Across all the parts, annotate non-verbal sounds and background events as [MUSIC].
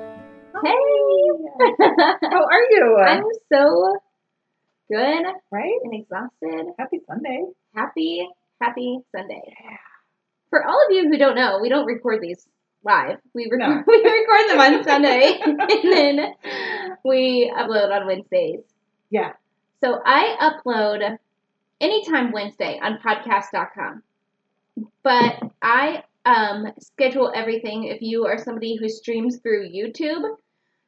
Hey! How are [LAUGHS] you? [LAUGHS] I'm so good right? and exhausted. Happy Sunday. Happy, happy Sunday. For all of you who don't know, we don't record these live. We, rec- No. we record [LAUGHS] them on Sunday and then we upload on Wednesdays. Yeah. So I upload anytime Wednesday on podcast.com. But I um, schedule everything. If you are somebody who streams through YouTube,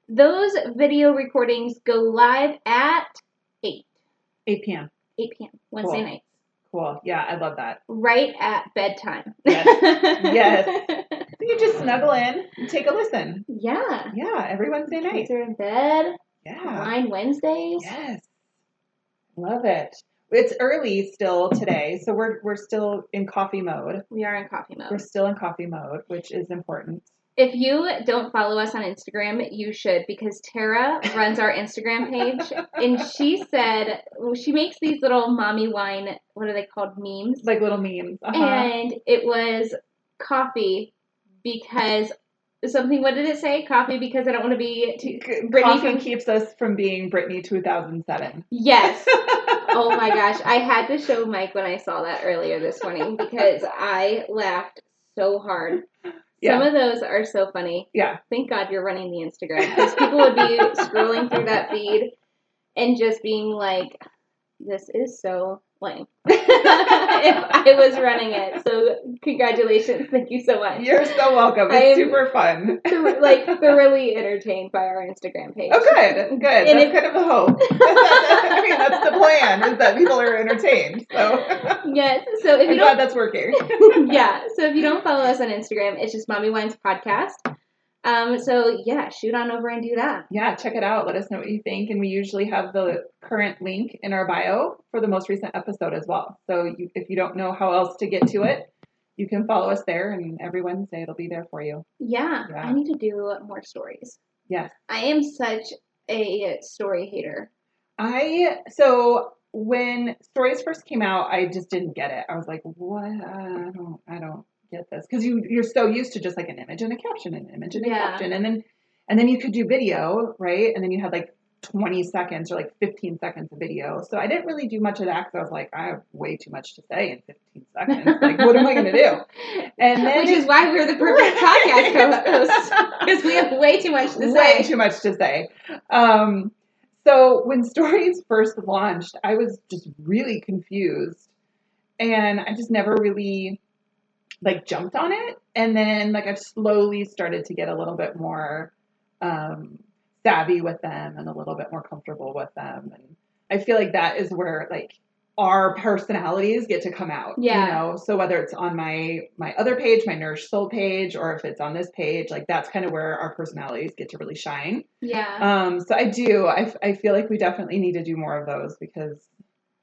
those video recordings go live at 8, 8 p.m. 8 p.m. Wednesday Cool. night, Cool. Yeah, I love that. right at bedtime. [LAUGHS] Yes. yes. So you just snuggle in and take a listen. [LAUGHS] yeah. Yeah, every Wednesday night. Kids are in bed. Yeah. Wine Wednesdays. Yes. Love it. It's early still today, so we're we're still in coffee mode. We are in coffee We're mode. still in coffee mode, which is important. If you don't follow us on Instagram, you should because Tara runs our Instagram page and she said she makes these little mommy wine, what are they called, memes? Like little memes. Uh-huh. And it was coffee because something, what did it say? Coffee because I don't want to be too. Brittany coffee can- keeps us from being Britney 2007. [LAUGHS] Yes. oh my gosh. I had to show Mike when I saw that earlier this morning because I laughed so hard. Yeah. Some of those are so funny. Yeah. Thank God you're running the Instagram because people would [LAUGHS] be scrolling through that feed and just being like, this is so lame. [LAUGHS] if I was running it. So, congratulations. Thank you so much. You're so welcome. I am- It's super fun. Thor- like, thoroughly entertained by our Instagram page. Oh, good, And good. that's it- kind of the hope. [LAUGHS] I mean, that's the plan is that people are entertained. [LAUGHS] So Yes. So, if you don't I'm glad that's working. [LAUGHS] yeah. So if you don't follow us on Instagram, it's just Mommy Wines Podcast. Um, so yeah, shoot on over and do that. Yeah, check it out. Let us know what you think, and we usually have the current link in our bio for the most recent episode as well. So you, if you don't know how else to get to it, you can follow us there, and every Wednesday it'll be there for you. Yeah, Yeah. I need to do more stories. Yes. I am such a story hater. I so when stories first came out, I just didn't get it. I was like, what? I don't, I don't get this because you you're so used to just like an image and a caption, an image and a Yeah. caption, and then and then you could do video, right? And then you had like 20 seconds or like 15 seconds of video. So I didn't really do much of that because I was like, I have way too much to say in 15 seconds. Like, what am I [LAUGHS] gonna do? And then Which is why we're the [LAUGHS] perfect podcast co-host because we have way too much to say. way too much to say. Um, so when [LAUGHS] stories first launched, I was just really confused, and I just never really like jumped on it. And then like I've slowly started to get a little bit more um, savvy with them and a little bit more comfortable with them, and I feel like that is where like our personalities get to come out. Yeah. You know, so whether it's on my my other page, my Nourish Soul page, or if it's on this page, like that's kind of where our personalities get to really shine. Yeah, Um, so I do. I I feel like we definitely need to do more of those because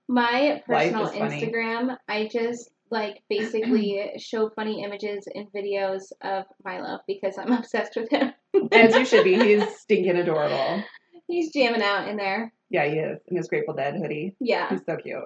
my life personal is funny. Instagram, I just like basically [CLEARS THROAT] show funny images and videos of Milo because I'm [LAUGHS] obsessed with him. as [LAUGHS] you should be, he's stinking adorable. He's jamming out in there. Yeah, he is in his Grateful Dead hoodie. Yeah. He's so cute.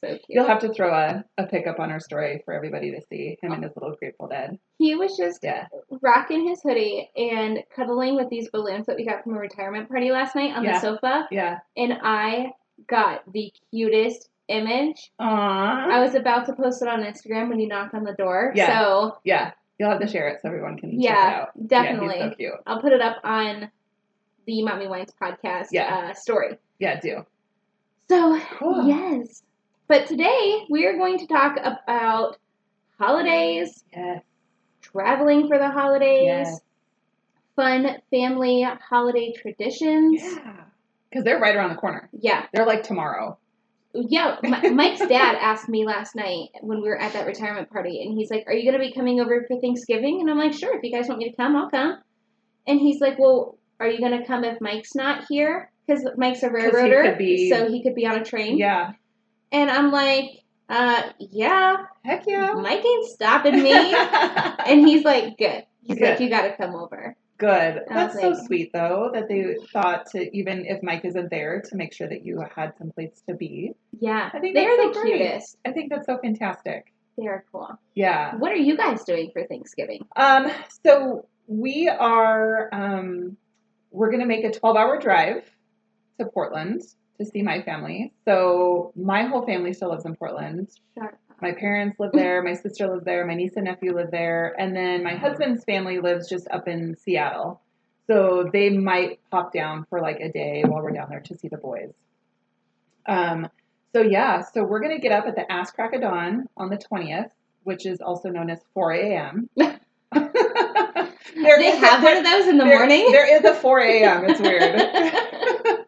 So cute. You'll have to throw a, a pic up on our story for everybody to see Oh. him and his little Grateful Dead. he was just Yeah. rocking his hoodie and cuddling with these balloons that we got from a retirement party last night on Yeah. the sofa. Yeah. And I got the cutest image. Aww. I was about to post it on Instagram when you knocked on the door. Yeah. So Yeah. You'll have to share it so everyone can check it Yeah, out. definitely. Yeah, he's so cute. I'll put it up on the Mommy Wines podcast Yeah. uh, story. Yeah, do. So, Cool. yes. But today we are going to talk about holidays, Yes. traveling for the holidays, Yes. fun family holiday traditions. Yeah. Because they're right around the corner. Yeah. They're like tomorrow. Yeah. Mi- Mike's dad asked me last night when we were at that retirement party, and he's like, Are you going to be coming over for Thanksgiving? And I'm like, Sure. If you guys want me to come, I'll come. And he's like, Well, are you going to come if Mike's not here? Because Mike's a he railroader, could be- so he could be on a train. Yeah. And I'm like, uh, yeah, Heck yeah. Mike ain't stopping me. and he's like, good. He's like, Good. you got to come over. [LAUGHS] Good. I That's was so like- sweet, though, that they thought to even if Mike isn't there to make sure that you had some place to be. Yeah. I think They're that's so the great. cutest. I think that's so fantastic. They're cool. Yeah. What are you guys doing for Thanksgiving? Um. So we are um, we're going to make a 12 hour drive to portland to see my family so my whole family still lives in portland Shut up. my parents live there my sister lives there my niece and nephew live there and then my husband's family lives just up in seattle so they might pop down for like a day while we're down there to see the boys um, so yeah so we're going to get up at the ass crack of dawn on the 20th which is also known as [LAUGHS] 4 [LAUGHS] a.m There- they have one of those in the there- morning. There is a 4 a.m. It's [LAUGHS] weird.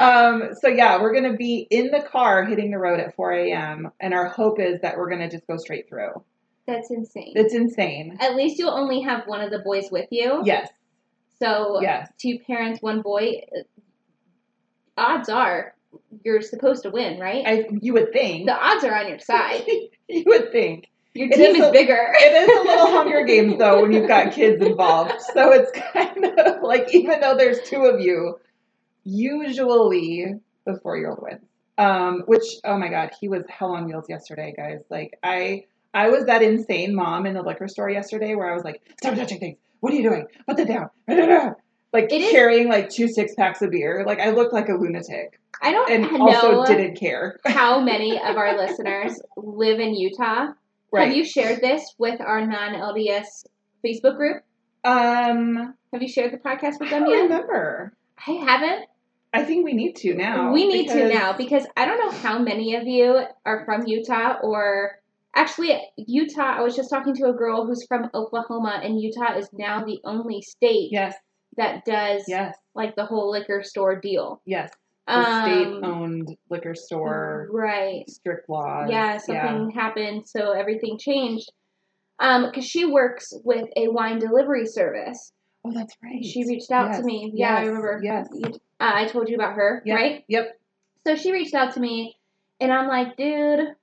um, so yeah, we're gonna be in the car hitting the road at 4 a.m. And our hope is that we're gonna just go straight through. That's insane. It's insane. At least you'll only have one of the boys with you. Yes, So yes, two parents, one boy. uh, Odds are you're supposed to win, right? I, you would think. the odds are on your side. [LAUGHS] you would think. Your It team is is a- bigger. It is a little Hunger Games though when you've got kids involved. So it's kind of like even though there's two of you, usually the four year old wins. Um, which oh my god, he was hell on wheels yesterday, guys. Like I I was that insane mom in the liquor store yesterday where I was like, Stop touching things. What are you doing? Put them down. Da, da, da. Like It is- carrying like two six packs of beer. Like I looked like a lunatic. I don't And know also didn't [LAUGHS] care. how many of our listeners live in Utah. Right. Have you shared this with our non-LDS Facebook group? um Have you shared the podcast I with them don't yet? remember. I haven't. I think we need to now. we need to because- now because I don't know how many of you are from Utah or actually Utah. I was just talking to a girl who's from Oklahoma, and Utah is now the only state Yes, that does yes, like the whole liquor store deal. yes. The Um, state-owned liquor store, right? strict laws. Yeah, something happened, so everything changed. Um, because she works with a wine delivery service. Oh, that's right. She reached out to Yes, me. Yeah, I yes, remember. Yes. You- Uh, I told you about her, Yep, right? Yep. So she reached out to me, and I'm like, dude,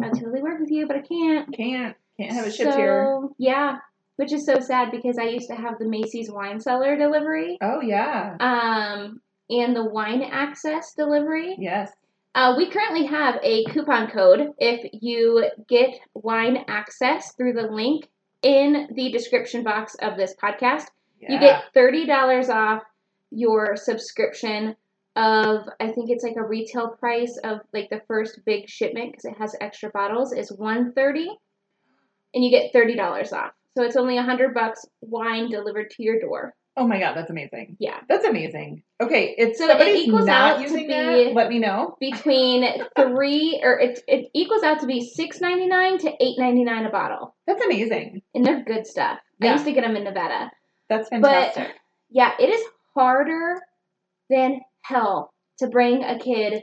I totally work with you, but I can't. Can't can't have a shift here. So, Yeah, which is so sad because I used to have the Macy's wine cellar delivery, Oh yeah. um, and the wine access delivery. Yes. Uh, we currently have a coupon code if you get wine access through the link in the description box of this podcast. You Yeah. get thirty dollars off your subscription of I think it's like a retail price of like the first big shipment because it has extra bottles is one thirty, and you get thirty dollars off. So it's only a hundred bucks wine delivered to your door. Oh my god, that's amazing. Yeah. That's amazing. Okay, if So it somebody's equals not out to using be- that, let me know. [LAUGHS] Between three or it it equals out to be six ninety nine to eight ninety nine a bottle, That's amazing. and they're good stuff. I Yeah. used to get them in Nevada. That's fantastic. Yeah, it is harder than hell to bring a kid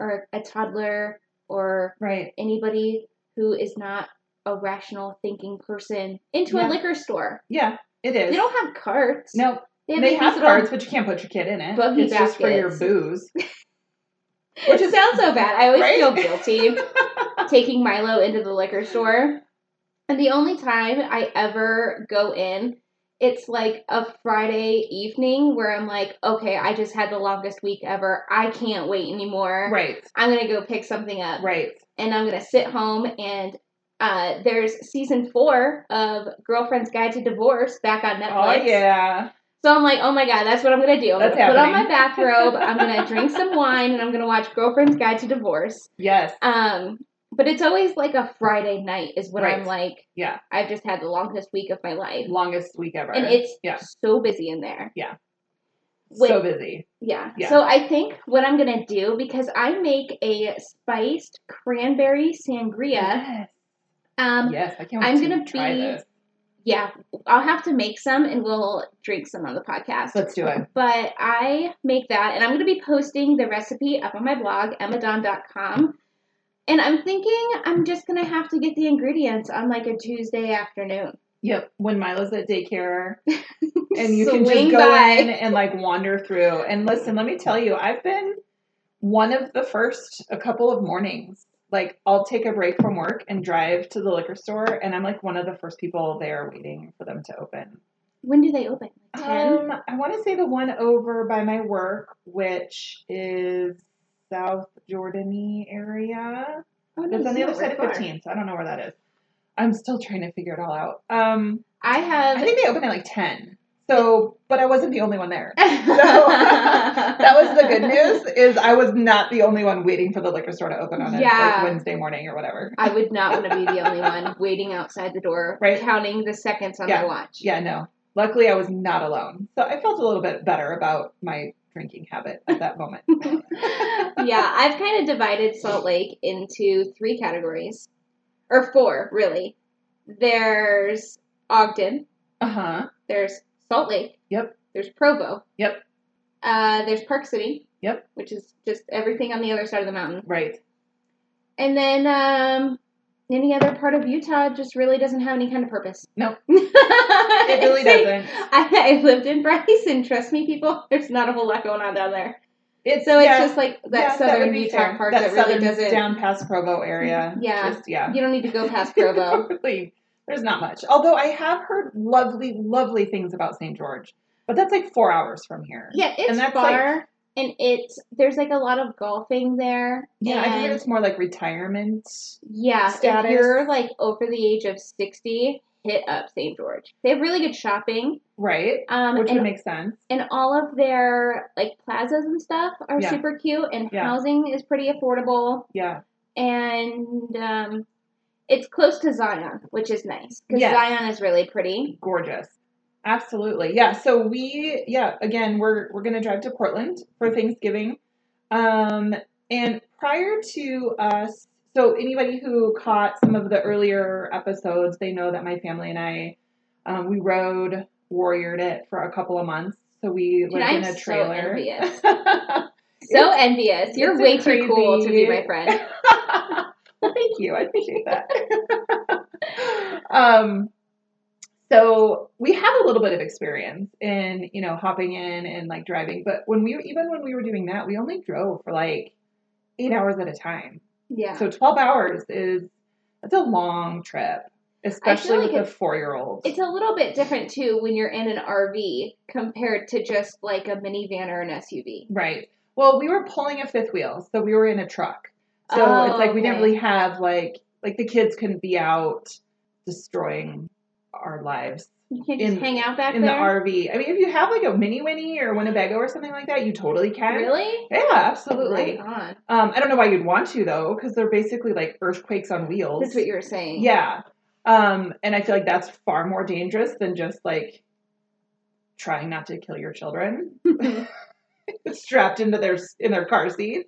or a toddler or right. anybody who is not a rational thinking person into a Yeah. liquor store. Yeah, it is. They don't have carts. no, they have, they these have little- cards, but you can't put your kid in it. buggy it's just for your baskets. booze. It sounds so bad. I always Right? feel [LAUGHS] guilty taking Milo into the liquor store. And the only time I ever go in, it's like a Friday evening where I'm like, okay, I just had the longest week ever. I can't wait anymore. Right. I'm going to go pick something up Right. and I'm going to sit home and. Uh, there's season four of Girlfriend's Guide to Divorce back on Netflix. Oh yeah. So I'm like, oh my god, that's what I'm gonna do. I'm That's gonna put on my happening. bathrobe. I'm [LAUGHS] gonna drink some wine, and I'm gonna watch Girlfriend's Guide to Divorce. Yes. Um, but it's always like a Friday night is what I'm Right. like. Yeah. I've just had the longest week of my life, Longest week ever. and it's yeah. so busy in there. so with- busy. Yeah. Yeah. So I think what I'm gonna do because I make a spiced cranberry sangria. Yes. Mm-hmm. Um, yes. I can't wait I'm to gonna try be- this. yeah, I'll have to make some, and we'll drink some on the podcast. Let's do it. but I make that, and I'm going to be posting the recipe up on my blog, emmadon.com. And I'm thinking I'm just going to have to get the ingredients on like a Tuesday afternoon. Yep. When Milo's [LAUGHS] at daycare and you can just Swing go by. in and like wander through. And listen, let me tell you, I've been one of the first a couple of mornings. Like I'll take a break from work and drive to the liquor store and I'm like one of the first people there waiting for them to open. When do they open? 10? Um, I want to say the one over by my work, which is South Jordany area. oh, no, It's on the not other side very of far. 15, so I don't know where that is. I'm still trying to figure it all out. Um, I have. I [LAUGHS] think they opened at like 10. So, but I wasn't the only one there. So [LAUGHS] that was [LAUGHS] the good news is I was not the only one waiting for the liquor store to open on a Yeah. like Wednesday morning or whatever. I would not want to be the only one waiting outside the door, Right. counting the seconds on my watch. Yeah, no. Luckily, I was not alone. So I felt a little bit better about my drinking habit at that moment. [LAUGHS] yeah, I've kind of divided Salt Lake into three categories, or four, really. There's Ogden, Uh huh. there's Salt Lake, Yep. there's Provo, Yep. uh, there's Park City, Yep. which is just everything on the other side of the mountain. Right. And then um, any other part of Utah just really doesn't have any kind of purpose. No. It [LAUGHS] it really doesn't. I, I lived in Bryce, and trust me, people, there's not a whole lot going on down there. It's So it's yeah, just like that yeah, southern would be Utah fair. part that that, really southern doesn't. Mm-hmm. down past Provo area. Yeah. Just, yeah. You don't need to go past [LAUGHS] Provo. really, there's not much. Although I have heard lovely, lovely things about St. George, but that's like four hours from here. yeah, it's And that's far, and it's there's like a lot of golfing there. Yeah, I and- think it's more like retirement. yeah. If status. you're like over the age of sixty, hit up St. George. They have really good shopping. Right. Um, Which and would make sense. and all of their like plazas and stuff are Yeah. super cute, and Yeah. housing is pretty affordable, Yeah. and um, it's close to Zion, which is nice because Yes. Zion is really pretty. Gorgeous. Absolutely. Yeah. So we yeah, again, we're we're gonna drive to Portland for Thanksgiving. Um and prior to us so anybody who caught some of the earlier episodes, they know that my family and I um, we rode warriored it for a couple of months. So we lived I'm in a so trailer. [LAUGHS] envious. So envious. You're it's a way too cool to be crazy- my friend. well, thank you. I appreciate that. um, so we have a little bit of experience in, you know, hopping in and like driving, but when we even when we were doing that, we only drove for like eight hours at a time. Yeah. So twelve hours is that's a long trip, especially like with a it's- four year old. It's a little bit different too when you're in an RV compared to just like a minivan or an SUV. Right. Well, we were pulling a fifth wheel, so we were in a truck. So Oh, it's like we didn't okay. really have like like the kids couldn't be out destroying our lives You can't just In- hang out back in there. the RV. I mean, if you have like a mini Winnie or Winnebago or something like that, you totally can. Really? Yeah, Right absolutely. on. Um, I don't know why you'd want to though, because they're basically like earthquakes on wheels. That's what you were saying. yeah. Um, and I feel like that's far more dangerous than just like trying not to kill your children [LAUGHS] strapped into their in their car seat.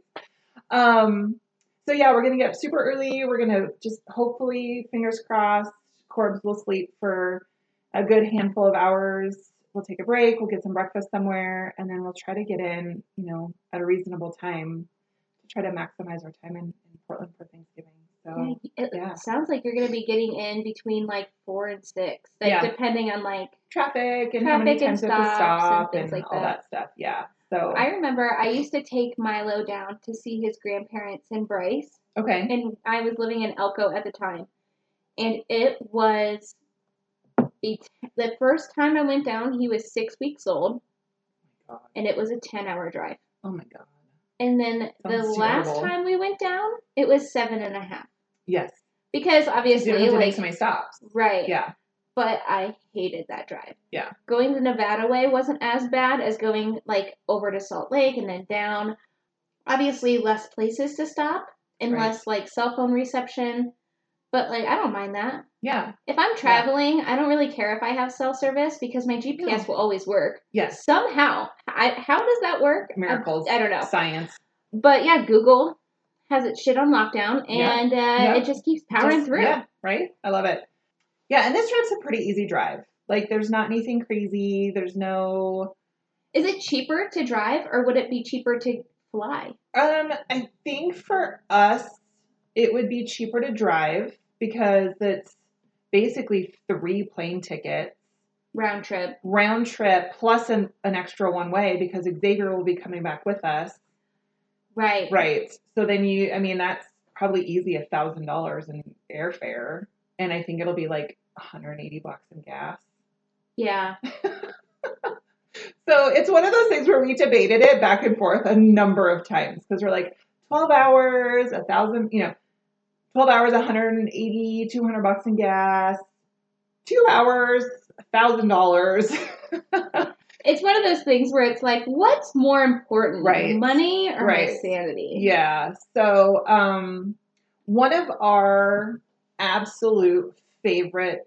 Um, so yeah, we're gonna get up super early. We're gonna just hopefully, fingers crossed, Corbs will sleep for a good handful of hours. We'll take a break. We'll get some breakfast somewhere, and then we'll try to get in, you know, at a reasonable time to try to maximize our time in, in Portland for Thanksgiving. Yeah, So It yeah. sounds like you're going to be getting in between like four and six, like Yeah. depending on like. traffic and how many Traffic and times we have to stops and stop and, things like all that. that. stuff. Yeah. So I remember I used to take Milo down to see his grandparents in Bryce, okay. and I was living in Elko at the time, and it was a t- the first time I went down. He was six weeks old, and it was a ten-hour drive. Oh my god. And then the Sounds last terrible. time we went down, it was seven and a half Yes. because You don't obviously, have to make like so many stops. right, Yeah. But I hated that drive. Yeah. going the Nevada way wasn't as bad as going like over to Salt Lake and then down. Obviously, less places to stop and Right. less like cell phone reception. But like, I don't mind that. Yeah. If I'm traveling, I don't really care if I have cell service because my GPS Yeah. will always work. Yes. Somehow, I, how does that work? I- Miracles. I, don't know. Science. But yeah, Google has its shit on lockdown, Yeah. and uh, Yeah. it just keeps powering Just- through. Yeah. Right. I love it. Yeah. And this drive's a pretty easy drive. Like there's not anything crazy. There's no. Is it cheaper to drive, or would it be cheaper to fly? Um, I think for us, it would be cheaper to drive because it's basically three plane tickets Round trip. round trip plus an, an extra one way because Xavier will be coming back with us. Right. Right. So then you, I mean, that's probably easy a thousand dollars in airfare, and I think it'll be like 180 bucks in gas. Yeah. So it's one of those things where we debated it back and forth a number of times because we're like 12 hours, a thousand, you know, 12 hours, 180, 200 bucks in gas. Two hours, [LAUGHS] $1,000. It's one of those things where it's like, what's more important, Right. money or my Right. sanity? Yeah. So, um, one of our absolute favorite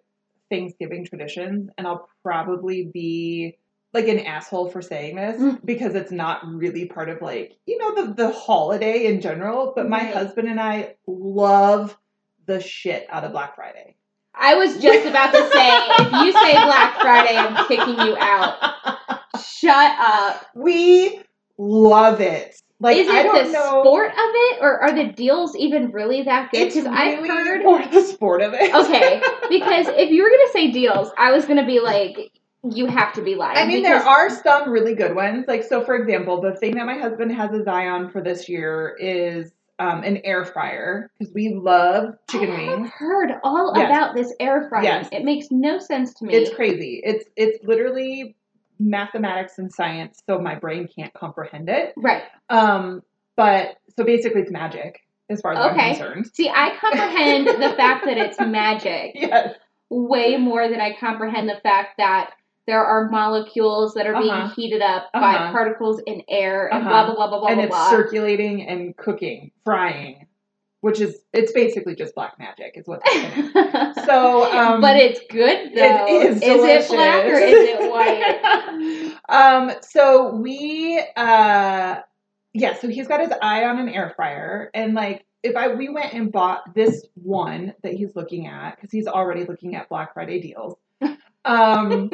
Thanksgiving traditions, and I'll probably be like an asshole for saying this Mm. because it's not really part of like, you know, the, the holiday in general, but my Right. husband and I love the shit out of Black Friday. I was just about to say, if you say Black Friday, I'm kicking you out. [LAUGHS] Shut up. We love it. Like, Is it I don't the know. sport of it, or are the deals even really that good? it's Because really I've heard. more the [LAUGHS] sport of it. Okay, because if you were gonna say deals, I was gonna be like, you have to be lying. I mean, because there are some really good ones. Like, so for example, the thing that my husband has his eye on for this year is um, an air fryer because we love [GASPS] chicken I have wings. heard all Yes. about this air fryer. Yes. It makes no sense to me. It's crazy. It's it's literally mathematics and science, so my brain can't comprehend it. right. Um, but so basically, it's magic as far as Okay. I'm concerned. [LAUGHS] See, I comprehend the fact that it's magic Yes, way more than I comprehend the fact that there are molecules that are being Uh-huh. heated up by Uh-huh. particles in air and Uh-huh. blah blah blah blah blah and blah. it's blah. circulating and cooking, frying, which is it's basically just black magic, is [LAUGHS] what's happening. So, um, but it's good though. is it black or is it delicious. white? [LAUGHS] Um, so we uh yeah, so he's got his eye on an air fryer and like if I we went and bought this one that he's looking at because he's already looking at Black Friday deals. Um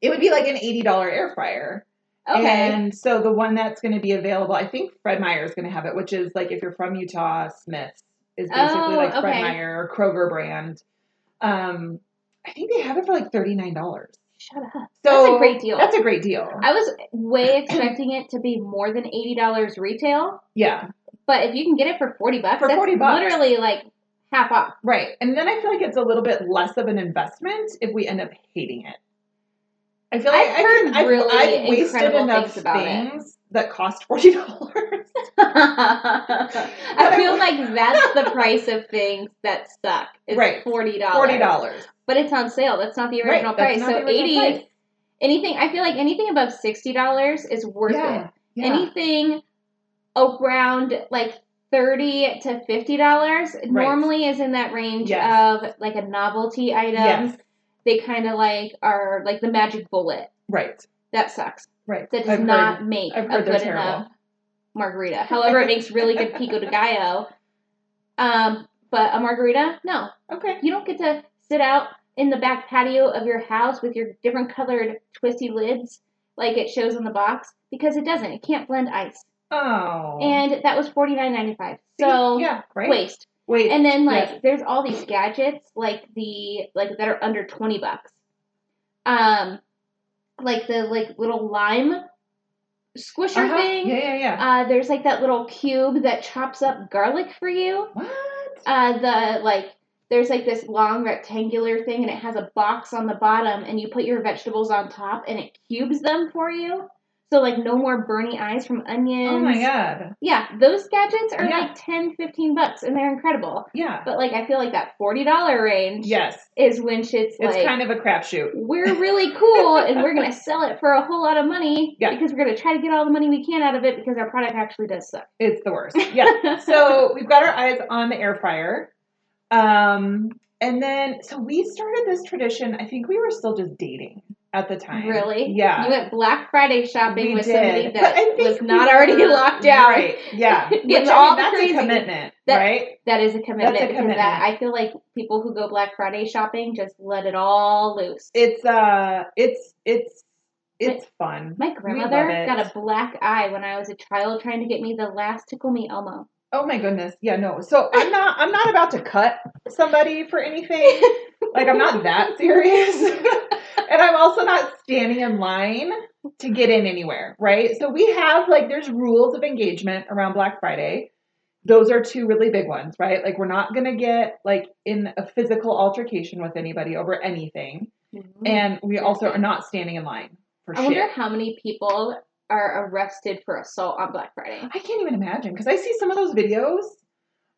it would be like an $80 air fryer. okay. [LAUGHS] And so the one that's going to be available, I think Fred Meyer is going to have it, which is like if you're from Utah, Smith's is basically Oh, like okay. Fred Meyer or Kroger brand. Um, I think they have it for like $39. Shut up. So That's a great deal. That's a great deal. I was way expecting it to be more than eighty dollars retail, yeah, but if you can get it for forty bucks, For that's 40 bucks. literally like half off. [LAUGHS] right. And then I feel like it's a little bit less of an investment if we end up hating it. I feel like I've I heard can, I've, really I've wasted incredible enough things about it. things that cost forty dollars. I I feel would- like that's the price of things that suck. It's [LAUGHS] Right. forty dollars. Forty dollars. But it's on sale. That's not the Right. original that's price. not So the original eighty price. anything I feel like anything above sixty dollars is worth it. Yeah. yeah. anything around like 30 to 50 dollars normally is in that range Yes. of like a novelty item Yes. they kind of like are like the magic bullet Right. that sucks Right. that does I've heard- not make I've a heard they're good terrible. enough margarita however it makes really good pico de [LAUGHS] gallo um but a margarita no Okay. you don't get to sit out in the back patio of your house with your different colored twisty lids like it shows on the box because it doesn't it can't blend ice Oh. and that was forty nine ninety five. See? So yeah. Right. waste. Wait. And then like Yes. there's all these gadgets like the like that are under twenty bucks. Um, like the like little lime squisher Uh-huh. thing. Yeah. Yeah. Yeah. Uh, there's like that little cube that chops up garlic for you. what? Uh, the like there's like this long rectangular thing and it has a box on the bottom and you put your vegetables on top and it cubes them for you. So like no more burny eyes from onions. Oh my god. Yeah, those gadgets are Yeah. like 10, 15 bucks and they're incredible. Yeah. But like I feel like that $40 range Yes. is when shit's It's like kind of a crapshoot. we're really cool and we're going to sell it for a whole lot of money Yeah. because we're going to try to get all the money we can out of it because our product actually does suck. It's [LAUGHS] the worst. Yeah. so we've got our eyes on the air fryer. Um, and then so we started this tradition. I think we were still just dating at the time. Really? You Yeah. went Black Friday shopping we with did. somebody But I that think was we not already were- locked down. Right. Yeah. [LAUGHS] In Which, I mean, all the that's crazy- a commitment, that- right? That is a commitment That's a because commitment. that I feel like people who go Black Friday shopping just let it all loose. It's uh it's it's it's fun. My love grandmother it. got a black eye when I was a child trying to get me the last Tickle Me Elmo. Oh my goodness. Yeah, no. So I'm not I'm not about to cut somebody [LAUGHS] for anything. Like I'm not that serious. [LAUGHS] and I'm also not standing in line to get in anywhere, right? So we have like there's rules of engagement around Black Friday. Those are two really big ones, right? Like we're not going to get like in a physical altercation with anybody over anything. And we also are not standing in line for Mm-hmm. I Mm-hmm. shit. wonder how many people are arrested for assault on Black Friday. I can't even imagine because I see some of those videos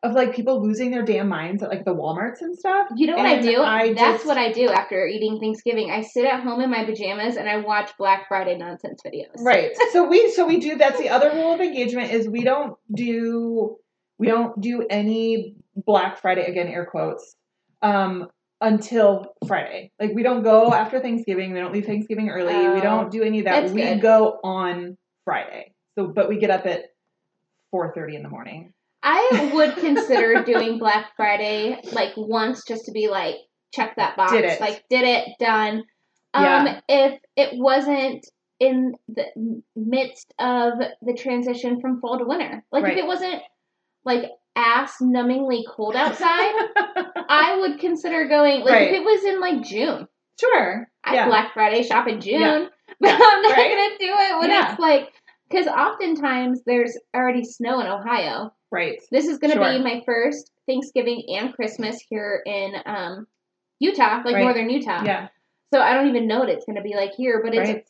of like people losing their damn minds at like the Walmarts and stuff. You know what I And do? I That's just- what I do after eating Thanksgiving. I sit at home in my pajamas and I watch Black Friday nonsense videos. Right. So we so we do that's the other rule of engagement is we don't do we don't do any Black Friday again air quotes um until Friday. Like we don't go after Thanksgiving, we don't leave Thanksgiving early, we Oh, don't do any of that. that's We good. go on Friday. So but we get up at 4:30 in the morning. I would consider doing Black Friday like once just to be like, check that box. Did it. Like, did it, done. Um, Yeah. If it wasn't in the midst of the transition from fall to winter, like Right. if it wasn't like ass numbingly cold [LAUGHS] outside, I would consider going. Like, Right. if it was in like June, Sure. I yeah. Black Friday shop in June, [LAUGHS] Yeah. but I'm not Right. gonna do it when Yeah. it's like because oftentimes there's already snow in Ohio. right. This is gonna Sure. be my first Thanksgiving and Christmas here in um, Utah, like Right. northern Utah. Yeah. So I don't even know what it's gonna be like here, but it's Right.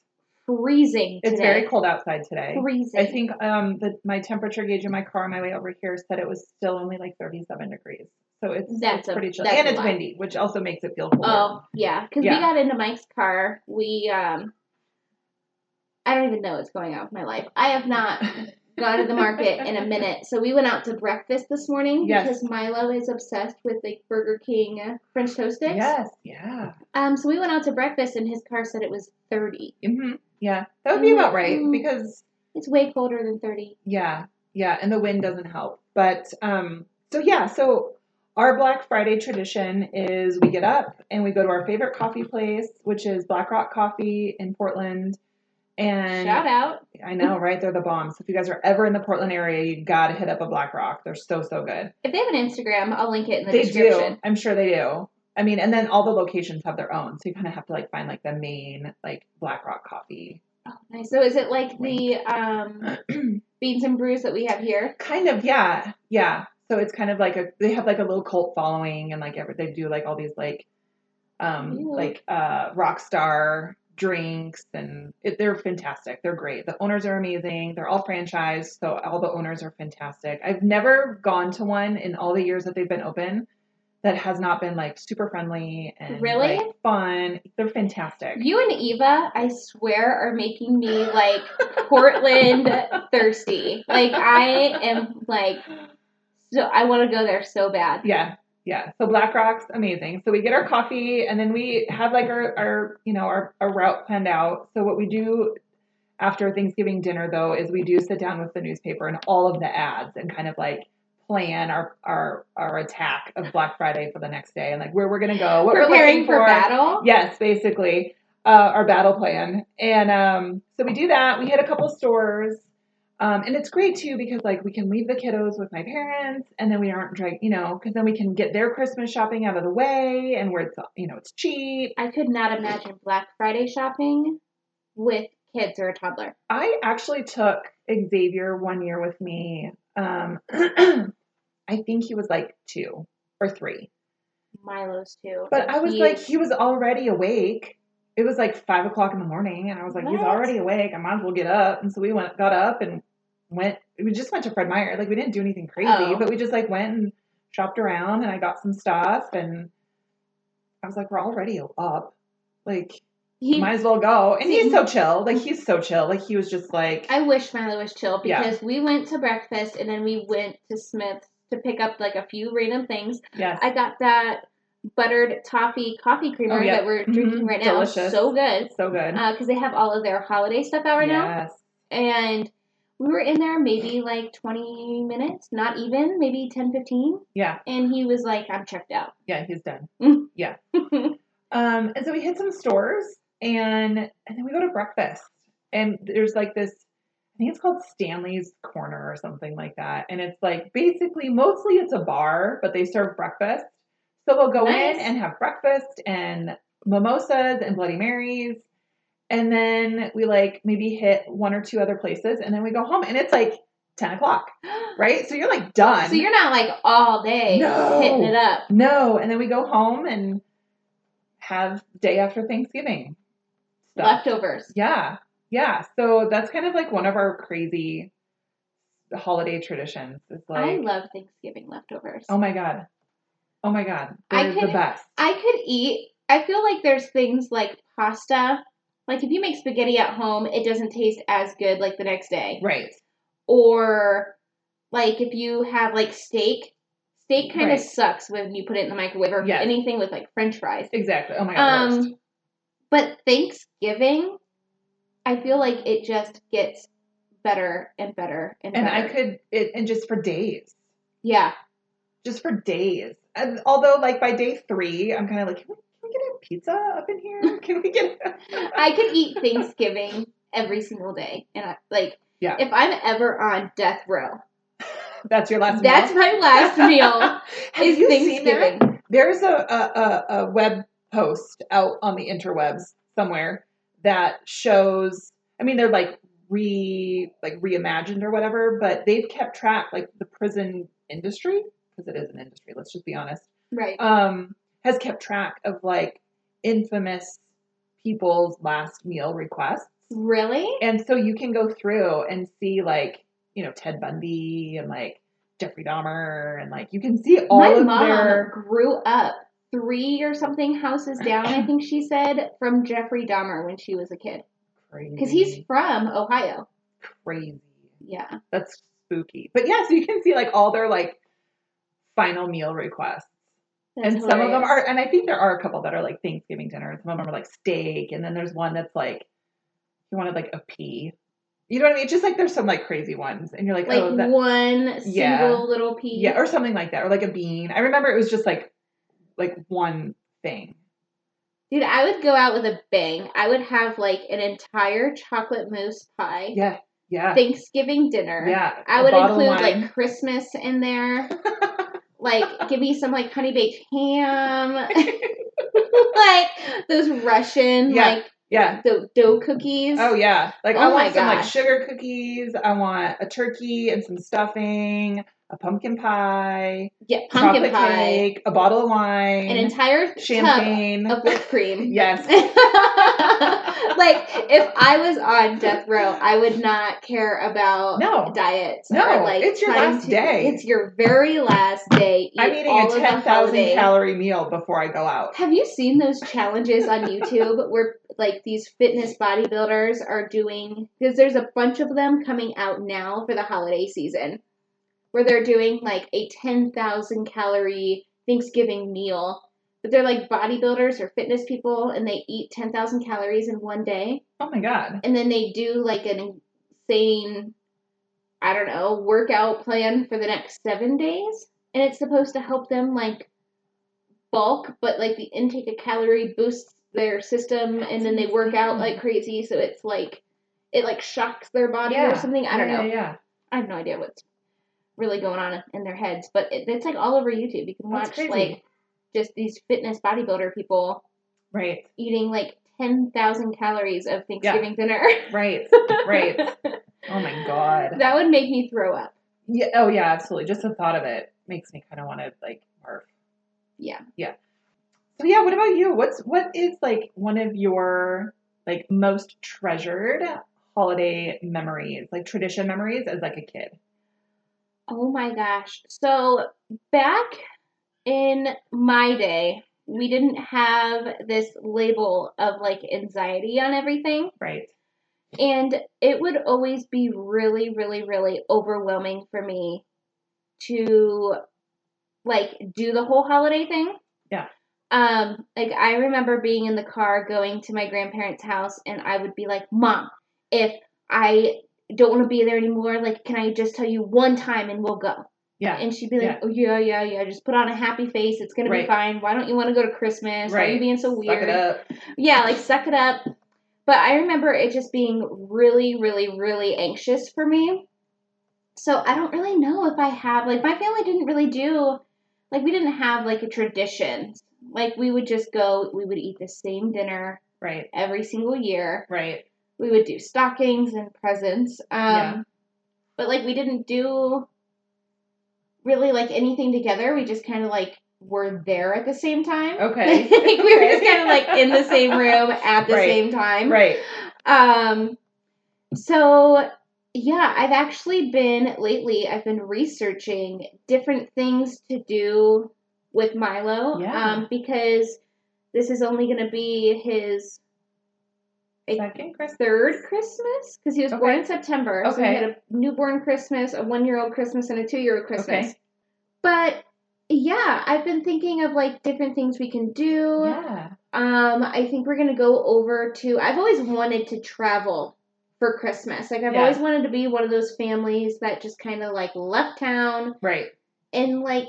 freezing. Today. It's very cold outside today. freezing. I think um, the, my temperature gauge in my car on my way over here said it was still only like 37 degrees. So it's, That's it's a- pretty chilly. that's And a it's lot. windy, which also makes it feel colder. Oh yeah, because we Yeah. got into Mike's car. We um, I don't even know what's going on with my life. I have [LAUGHS] not [LAUGHS] gone to the market in a minute. So we went out to breakfast this morning Yes. because Milo is obsessed with like Burger King uh, French toast sticks. Yes. Yeah. Um, so we went out to breakfast and his car said it was thirty. hmm Yeah. That would be about right Mm. because, It's way colder than thirty. yeah. Yeah. And the wind doesn't help. But um, so, yeah. So our Black Friday tradition is we get up and we go to our favorite coffee place, which is Black Rock Coffee in Portland. And Shout out. [LAUGHS] I know, right? They're the bomb. So if you guys are ever in the Portland area, you gotta hit up a Black Rock. They're so so good. If they have an Instagram, I'll link it in the they description. do. I'm sure they do. I mean, and then all the locations have their own, so you kind of have to like find like the main like Black Rock coffee. Oh, nice. So is it like the um [CLEARS THROAT] beans and brews that we have here? kind of, yeah, yeah. So it's kind of like a they have like a little cult following and like every, they do like all these like um Ew. like uh rock star drinks and it, they're fantastic. They're great. The owners are amazing. They're all franchised, so all the owners are fantastic. I've never gone to one in all the years that they've been open that has not been like super friendly and Really? like, fun. They're fantastic. You and Eva, I swear, are making me like [LAUGHS] Portland thirsty. Like I am like so I want to go there so bad. Yeah. Yeah. So Black Rock's amazing. So we get our coffee and then we have like our, our you know, our, our route planned out. So what we do after Thanksgiving dinner though is we do sit down with the newspaper and all of the ads and kind of like plan our our our attack of Black Friday for the next day and like where we're gonna go, what Preparing we're looking for battle. Yes, basically uh, our battle plan. And um, so we do that. We hit a couple stores, um, and it's great too because like we can leave the kiddos with my parents, and then we aren't drag, you know, because then we can get their Christmas shopping out of the way, and where it's you know it's cheap. I could not imagine Black Friday shopping with kids or a toddler. I actually took Xavier one year with me. Um, [CLEARS THROAT] I think he was like two or three. Milo's too. But I was He's- like, he was already awake. It was like five o'clock in the morning, and I was like, he's What? already awake. I might as well get up. And so we went, got up, and went. We just went to Fred Meyer. Like we didn't do anything crazy, Oh. but we just like went and shopped around, and I got some stuff, and I was like, we're already up. Like he, might as well go. And See, he's so chill. Like he's so chill. Like he was just like, I wish Milo was chill Yeah. because we went to breakfast and then we went to Smith's to pick up like a few random things. yes, I got that buttered toffee coffee creamer Oh, yeah. that we're drinking Mhm. right now. Delicious. So good. so good. Because they have all of their holiday stuff out right now. yes, And we were in there maybe like 20 minutes, not even, maybe 10, 15. yeah. And he was like, I'm checked out. Yeah, he's done. Mm. [LAUGHS] Yeah. um, and so we hit some stores and and then we go to breakfast. And there's like this I think it's called Stanley's Corner or something like that. And it's like basically mostly it's a bar, but they serve breakfast. So we'll go Nice. in and have breakfast and mimosas and Bloody Marys. And then we like maybe hit one or two other places and then we go home and it's like 10 [GASPS] o'clock, right? So you're like done. so you're not like all day No. hitting it up. No, and then we go home and have day after Thanksgiving stuff. Leftovers. Yeah, yeah. So that's kind of like one of our crazy holiday traditions. It's I like, love Thanksgiving leftovers. oh my god, oh my god, I they're the could- best. I could eat. I feel like there's things like pasta. Like if you make spaghetti at home, it doesn't taste as good like the next day. right. Or like if you have like steak, steak kind of Right. sucks when you put it in the microwave or Yes. anything with like french fries. Exactly. Oh my god. worst. Um but Thanksgiving, I feel like it just gets better and better and, and better. I could it, and just for days. yeah. Just for days. And although like by day 3, I'm kind of like can we, can we get a pizza up in here? Can we get [LAUGHS] I could eat Thanksgiving every single day. And I like Yeah. if I'm ever on death row, [LAUGHS] That's your last That's meal? my [LAUGHS] last meal Have is you seen that? Thanksgiving. There's a, a, a, a web post out on the interwebs somewhere that shows. I mean, they're like re like reimagined or whatever, but they've kept track like the prison industry because it is an industry. Let's just be honest. Right. Um, has kept track of like infamous people's last meal requests, Really? and so you can go through and see like you know Ted Bundy and like Jeffrey Dahmer and like you can see all my of mom their grew up three or something houses down, I think she said, from Jeffrey Dahmer when she was a kid. crazy Because he's from Ohio. crazy. Yeah. That's spooky. But yeah, so you can see like all their like final meal requests. That's and some of them hilarious. are and I think there are a couple that are like Thanksgiving dinner and some of them are like steak and then there's one that's like you wanted like a pea. You know what I mean? It's just like there's some like crazy ones and you're like, like oh that one single Yeah. little piece. yeah, or something like that. Or like a bean. I remember it was just like like one thing. Dude, I would go out with a bang. I would have like an entire chocolate mousse pie, Yeah. Yeah. Thanksgiving dinner. Yeah. I a would bottle of include wine. like Christmas in [LAUGHS] there. like give me some like honey baked ham. [LAUGHS] like those Russian Yeah. like Yeah. the dough cookies. Oh yeah. Like I Oh, my want some like gosh. sugar cookies. I want a turkey and some stuffing, a pumpkin pie, yeah, pumpkin chocolate pie, cake, a bottle of wine, an entire champagne. tub of whipped [LAUGHS] cream. yes. [LAUGHS] like if I was on death row, I would not care about No. diets. No, or, like it's your trying last to- day. It's your very last day. Eat I'm eating all a of the ten thousand holiday. calorie meal before I go out. Have you seen those challenges on YouTube where like these fitness bodybuilders are doing because there's a bunch of them coming out now for the holiday season where they're doing like a 10,000 calorie Thanksgiving meal but they're like bodybuilders or fitness people and they eat 10,000 calories in one day Oh my god. and then they do like an insane I don't know workout plan for the next 7 days and it's supposed to help them like bulk but like the intake of calorie boosts their system and then they work out insane. like crazy so it's like it like shocks their body or Yeah. something I don't yeah, know Yeah, yeah. I have no idea what's really going on in their heads but it, it's like all over YouTube you can That's watch crazy. like just these fitness bodybuilder people Right. eating like 10,000 calories of Thanksgiving dinner [LAUGHS] Right. Right. oh my god. That would make me throw up. Yeah. Oh yeah. Absolutely. Just the thought of it makes me kind of want to like barf. Yeah. Yeah. So yeah, what about you? What's what is like one of your like most treasured holiday memories, like tradition memories as like a kid? Oh my gosh. So back in my day, we didn't have this label of like anxiety on everything. Right. And it would always be really, really, really overwhelming for me to like do the whole holiday thing. Yeah. Um, like I remember being in the car going to my grandparents' house and I would be like, Mom, if I don't want to be there anymore, like can I just tell you one time and we'll go? Yeah. And she'd be like, Yeah. Oh yeah, yeah, yeah, just put on a happy face, it's gonna Right. be fine. Why don't you wanna go to Christmas? Why are you Right. being so weird? Suck it up. Yeah, like suck it up. But I remember it just being really, really, really anxious for me. So I don't really know if I have like my family didn't really do like we didn't have like a tradition. Like we would just go, we would eat the same dinner Right. every single year. Right. We would do stockings and presents. Um Yeah. but like we didn't do really like anything together. We just kind of like were there at the same time. Okay. like [LAUGHS] we were just Okay. kind of like in the same room at the [LAUGHS] Right. same time. Right. Um, so Yeah, I've actually been lately, I've been researching different things to do with Milo Yeah. um, because this is only going to be his I- Second Christmas. third Christmas because he was born Okay. in September. So he Okay. had a newborn Christmas, a one year old Christmas, and a two year old Christmas. Okay. But yeah, I've been thinking of like different things we can do. Yeah. Um, I think we're gonna go over to. I've always wanted to travel for Christmas. Like I've Yeah. always wanted to be one of those families that just kind of like left town Right. and like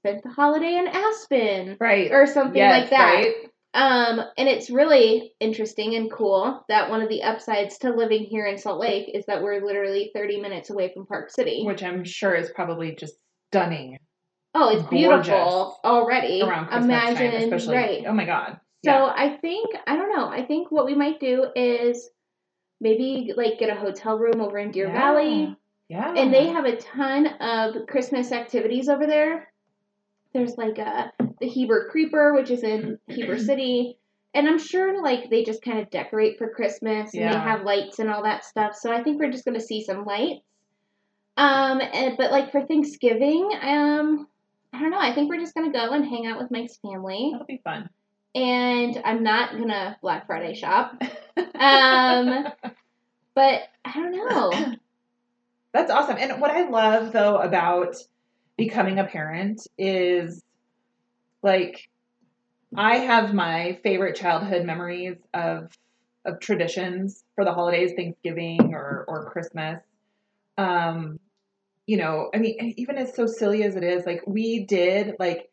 spent the holiday in Aspen Right. or something Yes, like that. Right. Um, and it's really interesting and cool that one of the upsides to living here in Salt Lake is that we're literally 30 minutes away from Park City. Which I'm sure is probably just stunning Oh, it's Gorgeous. beautiful already. around Christmas Imagine, time, especially. right? Oh my God. So Yeah. I think I don't know. I think what we might do is maybe like get a hotel room over in Deer Yeah. Valley, Yeah. and they have a ton of Christmas activities over there. There's like a the Heber Creeper, which is in [CLEARS THROAT] Heber City, and I'm sure like they just kind of decorate for Christmas and they Yeah. have lights and all that stuff. So I think we're just gonna see some lights. Um, and, but like for Thanksgiving, um, I don't know. I think we're just gonna go and hang out with Mike's family That'll be fun. and I'm not gonna Black Friday shop. Um, but I don't know. That's awesome. And what I love though about becoming a parent is like I have my favorite childhood memories of of traditions for the holidays, Thanksgiving or or Christmas. Um, you know, I mean, and even as so silly as it is, like we did like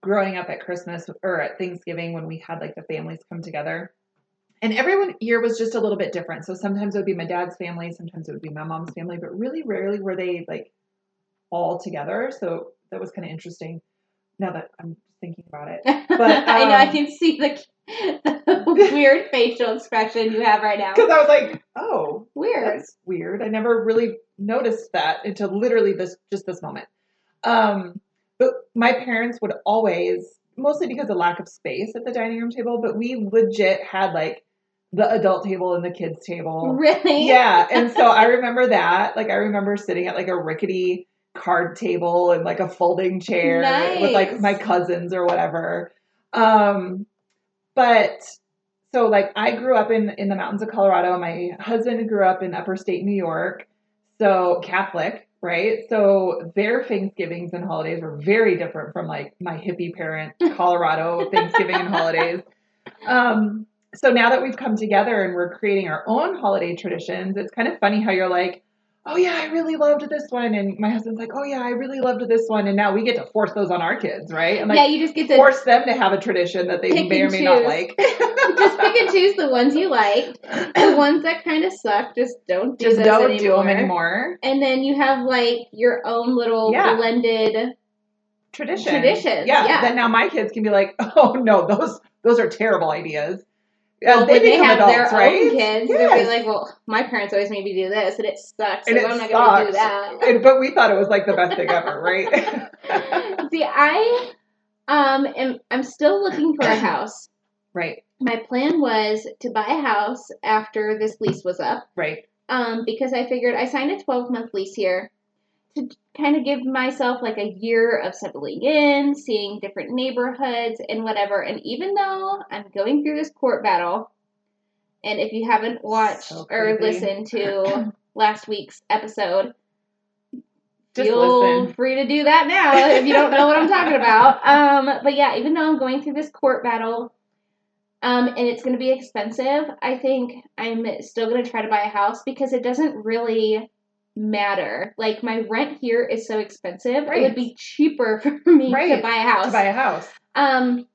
growing up at Christmas or at Thanksgiving when we had like the families come together. And everyone year was just a little bit different. So sometimes it would be my dad's family, sometimes it would be my mom's family, but really rarely were they like all together. So that was kind of interesting now that I'm thinking [LAUGHS] about it. I know I um, can see the, [LAUGHS] the weird facial expression you have right now. Because I was like, oh, Weird. that's weird. I never really noticed that until literally this just this moment. Um, but my parents would always, mostly because of lack of space at the dining room table, but we legit had like the adult table and the kids table. [LAUGHS] Really? Yeah, and so I remember that. Like I remember sitting at like a rickety card table and like a folding chair with like Nice. my cousins or whatever. Um but so like I grew up in in the mountains of Colorado. My husband grew up in upper state New York. So Catholic, right? So their Thanksgivings and holidays were very different from like my hippie [LAUGHS] parent Colorado Thanksgiving and holidays. Um so now that we've come together and we're creating our own holiday traditions, it's kind of funny how you're like, oh yeah, I really loved this one, and my husband's like, oh yeah, I really loved this one, and now we get to force those on our kids, right? And yeah, like you just get to force them to have a tradition that they Pick may or and may not choose. [LAUGHS] like. just pick and choose the ones you liked. [LAUGHS] The ones that kind of suck, just don't do Just those don't anymore. do them anymore. And then you have like your own little Yeah. blended. Tradition. Traditions, Yeah. yeah. Then now my kids can be like, [LAUGHS] oh no, those those are terrible ideas. Well, As when they become have adults, their right? own kids, they'll be Yes. like, "Well, my parents always made me do this, and it sucks, And so it I'm not going to do sucks. that." [LAUGHS] And- but we thought it was like the best thing ever, right? [LAUGHS] [LAUGHS] See, I um am I'm still looking for a house. right, My plan was to buy a house after this lease was up. right. Um, because I figured I signed a 12 month lease here to kind of give myself like a year of settling in, seeing different neighborhoods and whatever. And even though I'm going through this court battle, and if you haven't watched So or crazy. listened to last week's episode, Just Feel listen. free to do that now if you don't know what I'm talking [LAUGHS] about. Um, but yeah, even though I'm going through this court battle, um, and it's going to be expensive, I think I'm still going to try to buy a house because it doesn't really matter. Like my rent here is so expensive, it would Right. be cheaper [LAUGHS] for me to Right. buy a house. To buy a house. Um,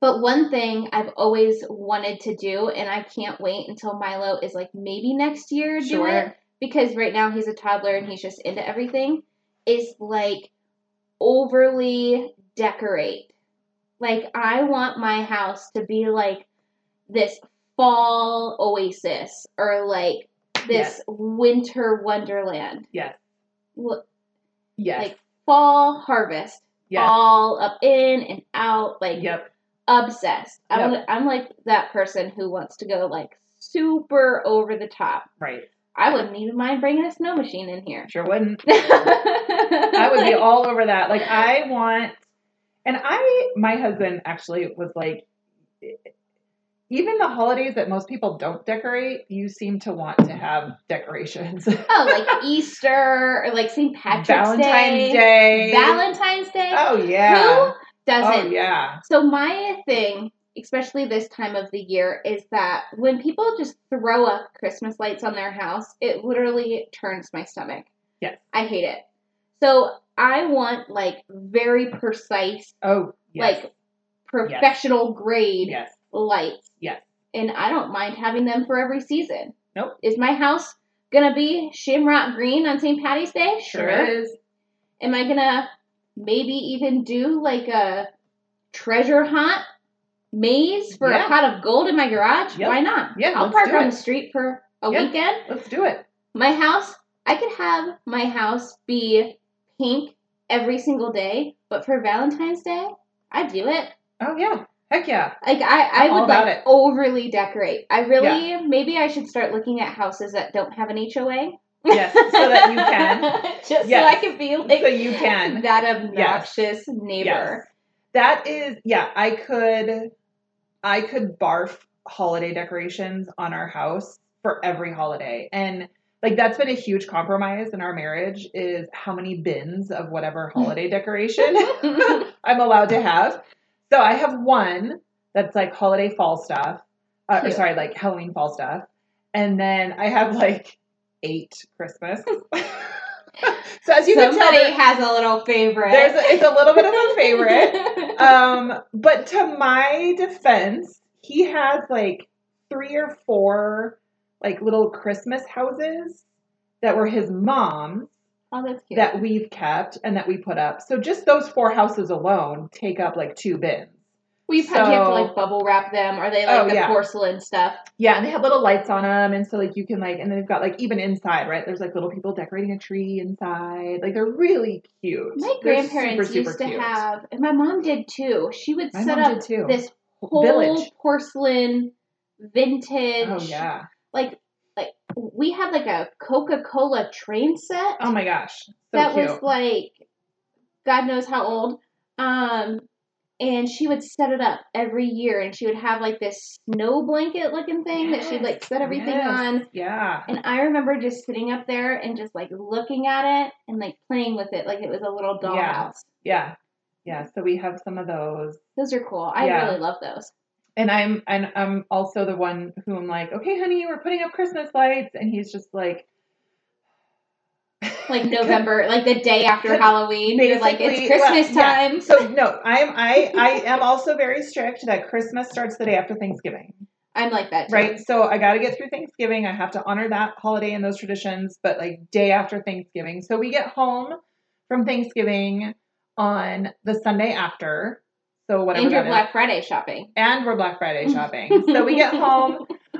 but one thing I've always wanted to do, and I can't wait until Milo is like maybe next year do it because right now he's a toddler and he's just into everything is like overly decorate. Like I want my house to be like this fall oasis or like this Yes. winter wonderland. Yes. Look, Yes. Like fall harvest. yes. All up in and out like Yep. obsessed. I Yep. wanna- I'm like that person who wants to go like super over the top. Right. I wouldn't even mind bringing a snow machine in here. Sure wouldn't. I I [LAUGHS] would be all over that. Like I want, and I, my husband actually was like, even the holidays that most people don't decorate, you seem to want to have decorations. [LAUGHS] Oh, like Easter or like St. Patrick's Valentine's Day. Day. Valentine's Day. Oh yeah. Who doesn't? Oh yeah. So my thing, especially this time of the year, is that when people just throw up Christmas lights on their house, it literally turns my stomach. Yes. I hate it. So I want like very precise, Oh yes. like professional grade yes. lights. Yes. And I don't mind having them for every season. Nope. Is my house gonna be shamrock green on St. Patty's Day? is. Am I gonna maybe even do like a treasure hunt maze for Yeah. a pot of gold in my garage? Yep. Why not? Yeah, I'll let's park do on it. the street for a Yeah. weekend. Let's do it. My house, I could have my house be pink every single day, but for Valentine's Day, I do it. Oh yeah. Heck yeah. Like I, I I'm all would about like it. overly decorate. I really maybe I should start looking at houses that don't have an HOA. Yes. So [LAUGHS] that you can. Just so Yes. I can be like So you can. that obnoxious neighbor. That is, yeah, I could, I could barf holiday decorations on our house for every holiday, and like that's been a huge compromise in our marriage is how many bins [LAUGHS] of whatever holiday decoration I'm allowed to have. So I have one that's like holiday fall stuff, uh, or Cute. sorry, like Halloween fall stuff, and then I have like eight Christmas. [LAUGHS] so as you can tell, Somebody there- has a little favorite. there's a, it's a little bit of a [LAUGHS] favorite um, but to my defense, he has like three or four like little Christmas houses that were his mom's oh, that's cute. that we've kept and that we put up. So just those four houses alone take up like two bins. we probably have to so- like bubble wrap them. Are they like Oh, the yeah. porcelain stuff? Yeah, and they have little lights on them, and so like you can like, and they've got like even inside, right? There's like little people decorating a tree inside. Like they're really cute. My They're grandparents super, super used to cute. have, and my mom did too. She would My set mom up did too. this whole Village. porcelain vintage. Oh yeah. Like, like we had like a Coca Cola train set. Oh my gosh. So that cute. was like God knows how old. Um, and she would set it up every year, and she would have like this snow blanket looking thing that she'd like set everything Yes. on. Yeah. And I remember just sitting up there and just like looking at it and like playing with it like it was a little dollhouse. Yeah. Yeah. Yeah. So we have some of those. Those are cool. I Yeah. really love those. And I'm and I'm also the one who I'm like, okay, honey, we're putting up Christmas lights. And he's just like [LAUGHS] Like November, like the day after Halloween. You're like, it's Basically, Christmas well, yeah. time. So no, I'm I I am also very strict that Christmas starts the day after Thanksgiving. I'm like that too. Right. So I gotta get through Thanksgiving. I have to honor that holiday and those traditions, but like day after Thanksgiving. So we get home from Thanksgiving on the Sunday after. So whatever And your that is. Black Friday shopping. and we're [LAUGHS] Black Friday shopping. so we get home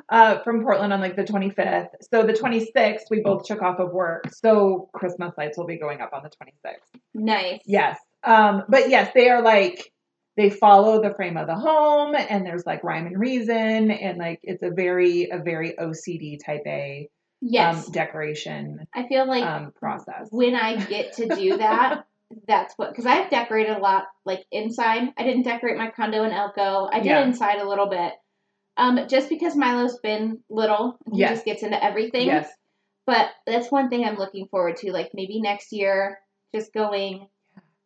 uh, from Portland on like the 25th. So the 26th, we both took off of work. So Christmas lights will be going up on the 26th. Nice. Yes. Um, but yes, they are like, they follow the frame of the home and there's like rhyme and reason. And like, it's a very, a very OCD type A Yes. um, decoration I feel like um, process. when I get to do [LAUGHS] that, that's what because I've decorated a lot like inside. I didn't decorate my condo in Elko. I did Yeah. inside a little bit. Um, just because Milo's been little, he Yes. just gets into everything. Yes. But that's one thing I'm looking forward to. Like maybe next year, just going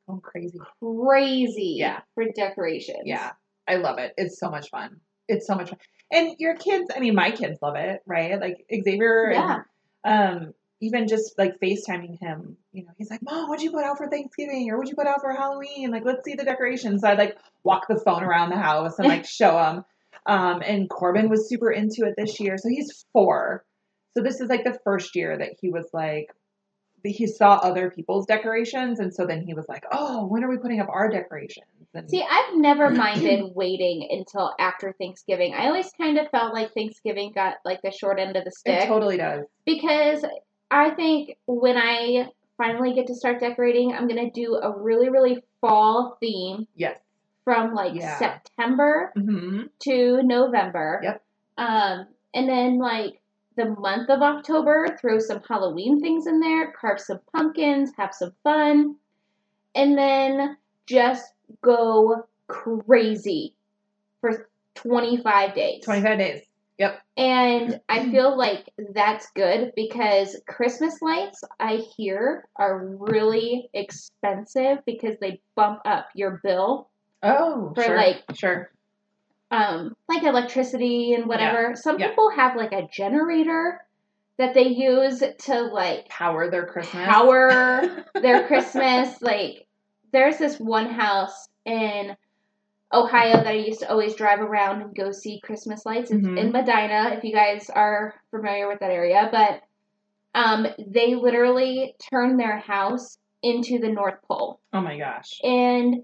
Oh, crazy. crazy Yeah. for decorations. Yeah, I love it. It's so much fun. It's so much fun. And your kids, I mean, my kids love it, right? Like Xavier, Yeah. and, um, even just like FaceTiming him, you know, he's like, Mom, what'd you put out for Thanksgiving or what'd you put out for Halloween? Like, let's see the decorations. So I'd like walk the phone around the house [LAUGHS] and like show him. Um, and Corbin was super into it this year. So he's four. So this is like the first year that he was like, he saw other people's decorations. And so then he was like, Oh, when are we putting up our decorations? And See, I've [CLEARS THROAT] never minded waiting until after Thanksgiving. I always kind of felt like Thanksgiving got like the short end of the stick. it totally does. because I think when I finally get to start decorating, I'm gonna do a really, really fall theme Yes. from like Yeah. September Mm-hmm. to November. Yep. Um, and then like the month of October, throw some Halloween things in there, carve some pumpkins, have some fun, and then just go crazy for 25 days. 25 days. Yep. And I feel like that's good because Christmas lights, I hear, are really expensive because they bump up your bill Oh, For, sure. like, sure. um, like electricity and whatever. Some yeah. people have like a generator that they use to like Power their Christmas. power [LAUGHS] their Christmas. Like, there's this one house in Ohio that I used to always drive around and go see Christmas lights. It's Mhm. in Medina, if you guys are familiar with that area. But um, they literally turn their house into the North Pole oh my gosh. and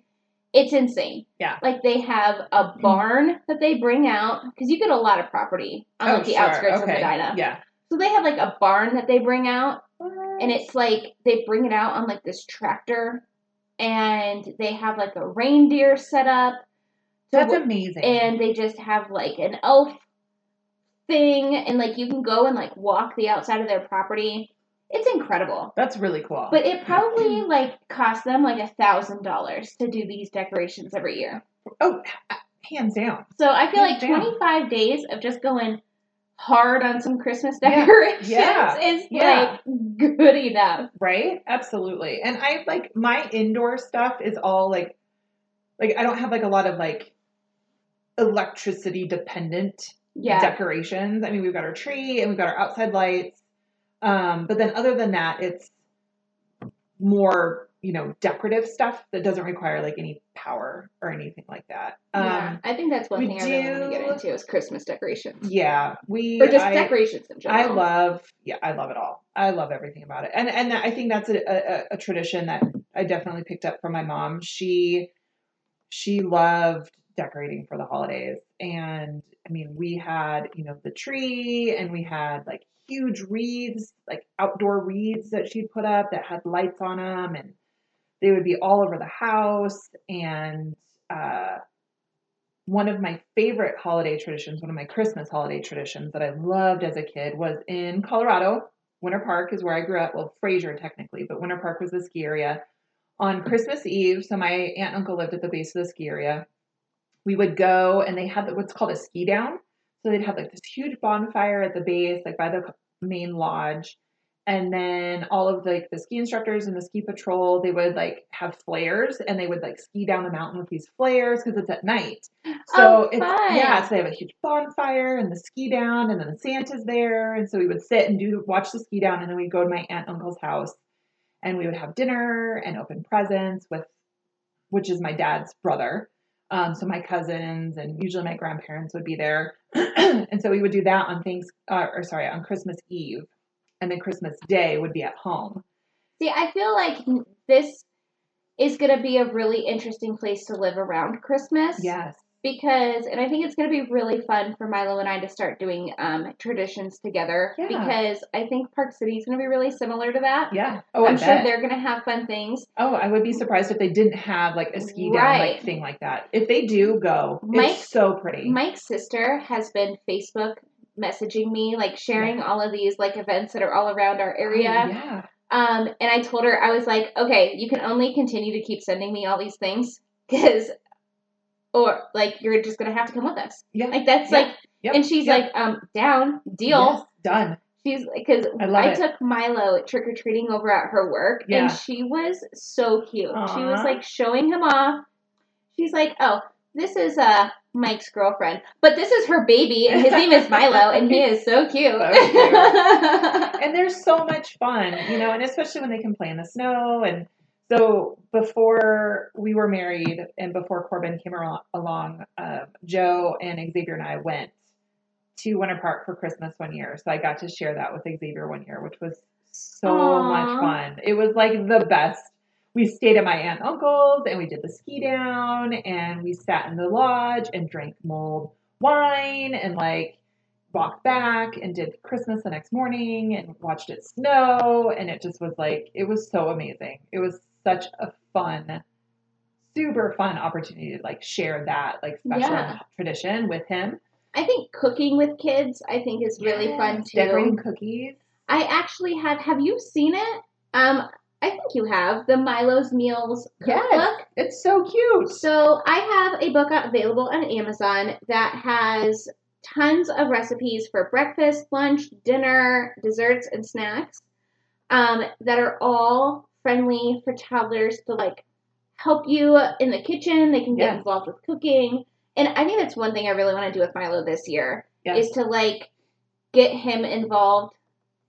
it's insane. Yeah. Mm-hmm. Like they have a barn that they bring out because you get a lot of property on like oh, the sure. outskirts okay. of Medina. Yeah. So they have like a barn that they bring out, and it's like they bring it out on like this tractor, and they have like a reindeer set up, to That's wo- amazing. and they just have like an elf thing, and like you can go and like walk the outside of their property. It's incredible. That's really cool. But it probably like cost them like a thousand dollars to do these decorations every year. oh, hands down. So I feel like Hands down. twenty five days of just going hard on some Christmas decorations [LAUGHS] Yeah. is Yeah. like good enough. Right? Absolutely. And I like my indoor stuff is all like like I don't have like a lot of like electricity dependent Yeah. decorations. I mean, we've got our tree and we've got our outside lights. Um, but then other than that, it's more, you know, decorative stuff that doesn't require like any power or anything like that. yeah. Um, I think that's one we thing I really want to get do- into is Christmas decorations. yeah, we Or just I- decorations in general. I love, yeah, I love it all. I love everything about it, and and I think that's a, a, a tradition that I definitely picked up from my mom. She she loved decorating for the holidays, and I mean, we had you know the tree, and we had like huge wreaths, like outdoor wreaths that she'd put up that had lights on them, and they would be all over the house. And uh, one of my favorite holiday traditions, one of my Christmas holiday traditions that I loved as a kid was in Colorado. Winter Park is where I grew up. Well, Fraser technically, but Winter Park was the ski area. On Christmas Eve, so my aunt and uncle lived at the base of the ski area. We would go and they had what's called a ski down. So they'd have like this huge bonfire at the base, like by the main lodge. And then all of like the ski instructors and the ski patrol, they would like have flares and they would like ski down the mountain with these flares because it's at night. Oh, So it's fun. yeah, so they have a huge bonfire and the ski down and then Santa's there. And so we would sit and do watch the ski down and then we'd go to my aunt and uncle's house and we would have dinner and open presents with which is my dad's brother. Um, so my cousins and usually my grandparents would be there, [CLEARS THROAT] and so we would do that on things, uh, or sorry, on Christmas Eve, and then Christmas Day would be at home. See, I feel like this is gonna be a really interesting place to live around Christmas. Yes, because and i think it's going to be really fun for milo and i to start doing um, traditions together Yeah. because i think park city is going to be really similar to that yeah. Oh, i'm I sure bet. they're going to have fun things Oh, I would be surprised if they didn't have like a ski down Right. like thing like that. If they do, go. Mike- it's so pretty. mike's sister has been facebook messaging me like sharing all of these like events that are all around our Oh, area yeah. Um, and I told her, I was like, okay, you can only continue to keep sending me all these things [LAUGHS] because, or like, you're just going to have to come with us. Yeah. Like, that's Yeah. like, Yep. and she's Yep. like, um, down, Yes, deal. done. She's because I love I, it. took Milo trick or treating over at her work, Yeah. and she was so cute. She was Aw. like showing him off. She's like, "Oh, this is uh Mike's girlfriend, but this is her baby, and his name is Milo, and [LAUGHS] he is so cute." [LAUGHS] So cute. and they're so much fun, you know, and especially when they can play in the snow. And so before we were married and before Corbin came ar- along, uh, Joe and Xavier and I went to Winter Park for Christmas one year. So I got to share that with Xavier one year, which was so Aw. much fun. It was like the best. We stayed at my aunt and uncle's and we did the ski down and we sat in the lodge and drank mold wine and like walked back and did Christmas the next morning and watched it snow. And it just was like, it was so amazing. It was such a fun, super fun opportunity to like share that like special Yeah. tradition with him. I think cooking with kids, I think, is really fun Yes, too. Decorating cookies. I actually have. Have you seen it? Um, I think you have the Milo's Meals Yes. cookbook. It's so cute. So I have a book available on Amazon that has tons of recipes for breakfast, lunch, dinner, desserts, and snacks um, that are all friendly for toddlers to like help you in the kitchen. They can get Yes. involved with cooking. And I think that's one thing I really want to do with Milo this year Yes. is to like get him involved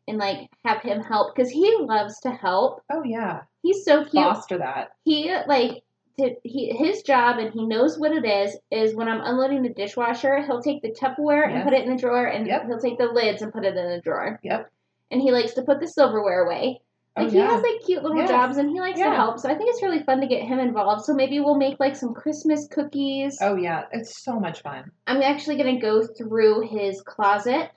and like have him help because he loves to help. Oh yeah. He's so cute Foster that. he like to, he his job and he knows what it is is when I'm unloading the dishwasher, he'll take the Tupperware and Yes. put it in the drawer, and Yep. he'll take the lids and put it in the drawer. Yep. And he likes to put the silverware away. Oh Like he yeah. has like cute little Yes. jobs and he likes to Yeah. help. So I think it's really fun to get him involved. So maybe we'll make like some Christmas cookies. oh yeah. It's so much fun. I'm actually gonna go through his closet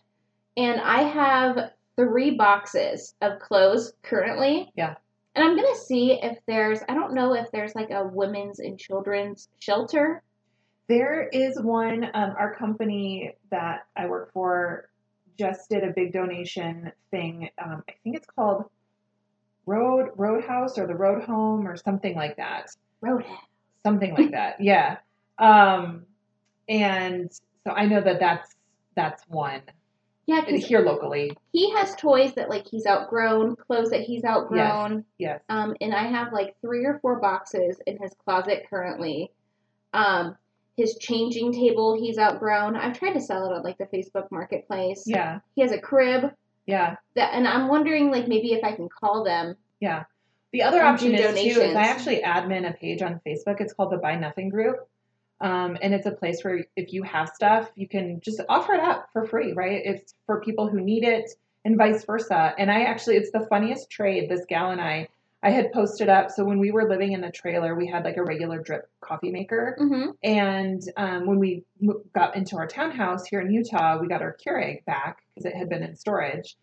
and I have three boxes of clothes currently. Yeah. And I'm gonna see if there's I don't know if there's like a women's and children's shelter. There is one. Um, our company that I work for just did a big donation thing. Um, I think it's called Road Roadhouse or the Road Home or something like that. Rhoda. Something like that. Yeah. Um, and so I know that that's that's one Yeah, because here locally. he has toys that like he's outgrown, clothes that he's outgrown. Yes. Um, and I have like three or four boxes in his closet currently. Um, his changing table he's outgrown. I've tried to sell it on like the Facebook marketplace. Yeah. He has a crib. Yeah. that and I'm wondering like maybe if I can call them. The other And option do is too is donations. I actually admin a page on Facebook. It's called the Buy Nothing Group, um, and it's a place where if you have stuff, you can just offer it up for free, right? It's for people who need it, and vice versa. And I actually, it's the funniest trade. This gal and I, I had posted up. So when we were living in the trailer, we had like a regular drip coffee maker, Mm-hmm. and um, when we mo- got into our townhouse here in Utah, we got our Keurig back because it had been in storage.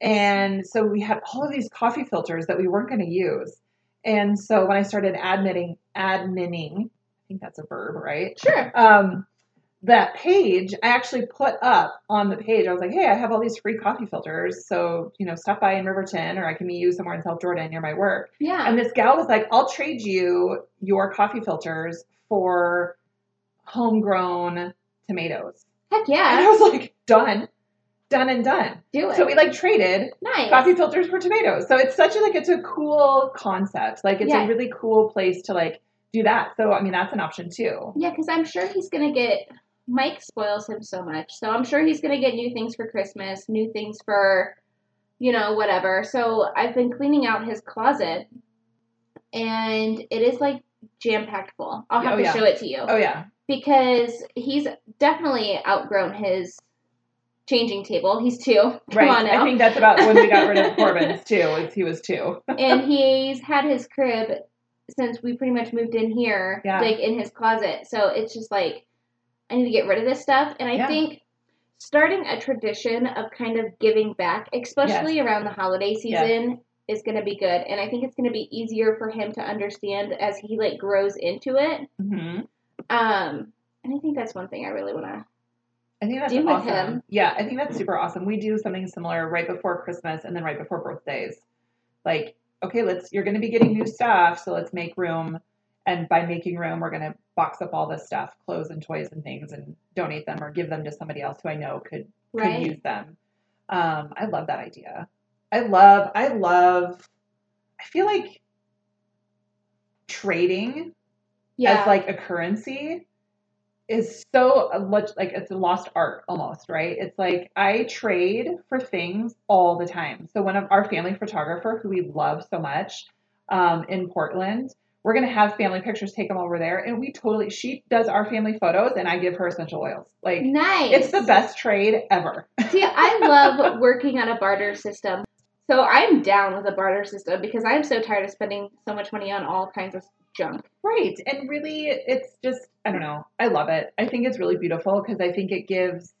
And so we had all of these coffee filters that we weren't going to use. And so when I started admitting, adminning, I think that's a verb, right? Sure. um, that page, I actually put up on the page. I was like, hey, I have all these free coffee filters. So, you know, stop by in Riverton or I can meet you somewhere in South Jordan near my work. Yeah. And this gal was like, I'll trade you your coffee filters for homegrown tomatoes. Heck And yeah. I was like, done, done and done. Do it. So we like traded nice. coffee filters for tomatoes. So it's such a like it's a cool concept. Like it's Yeah. a really cool place to like do that. So I mean that's an option too. Yeah, because I'm sure he's gonna get. Mike spoils him so much, so I'm sure he's gonna get new things for Christmas, new things for, you know, whatever. So I've been cleaning out his closet, and it is like jam packed full. I'll have Oh, to yeah. show it to you Oh yeah. because he's definitely outgrown his changing table. He's two. [LAUGHS] Come on Right. now. I think that's about when we got rid [LAUGHS] of Corbin's too. Is he was two. and he's had his crib since we pretty much moved in here, Yeah. like in his closet. So it's just like I need to get rid of this stuff. And I Yeah. think starting a tradition of kind of giving back, especially around the holiday season, is going to be good. And I think it's going to be easier for him to understand as he like grows into it. hmm Um, and I think that's one thing I really want to. I think that's Do with awesome. him. Yeah, I think that's super awesome. We do something similar right before Christmas and then right before birthdays. Like, okay, let's you're gonna be getting new stuff, so let's make room. And by making room, we're gonna box up all this stuff, clothes and toys and things, and donate them or give them to somebody else who I know could Right. could use them. Um, I love that idea. I love, I love, I feel like trading yeah. as like a currency is so a lo- like it's a lost art almost, right? It's like I trade for things all the time. So one of our family photographer who we love so much um, in Portland, we're gonna have family pictures, take them over there, and we totally she does our family photos, and I give her essential oils. Like nice. it's the best trade ever. See, I love working on a barter system. So I'm down with a barter system because I'm so tired of spending so much money on all kinds of junk. Right. And really, it's just, I don't know. I love it. I think it's really beautiful because I think it gives,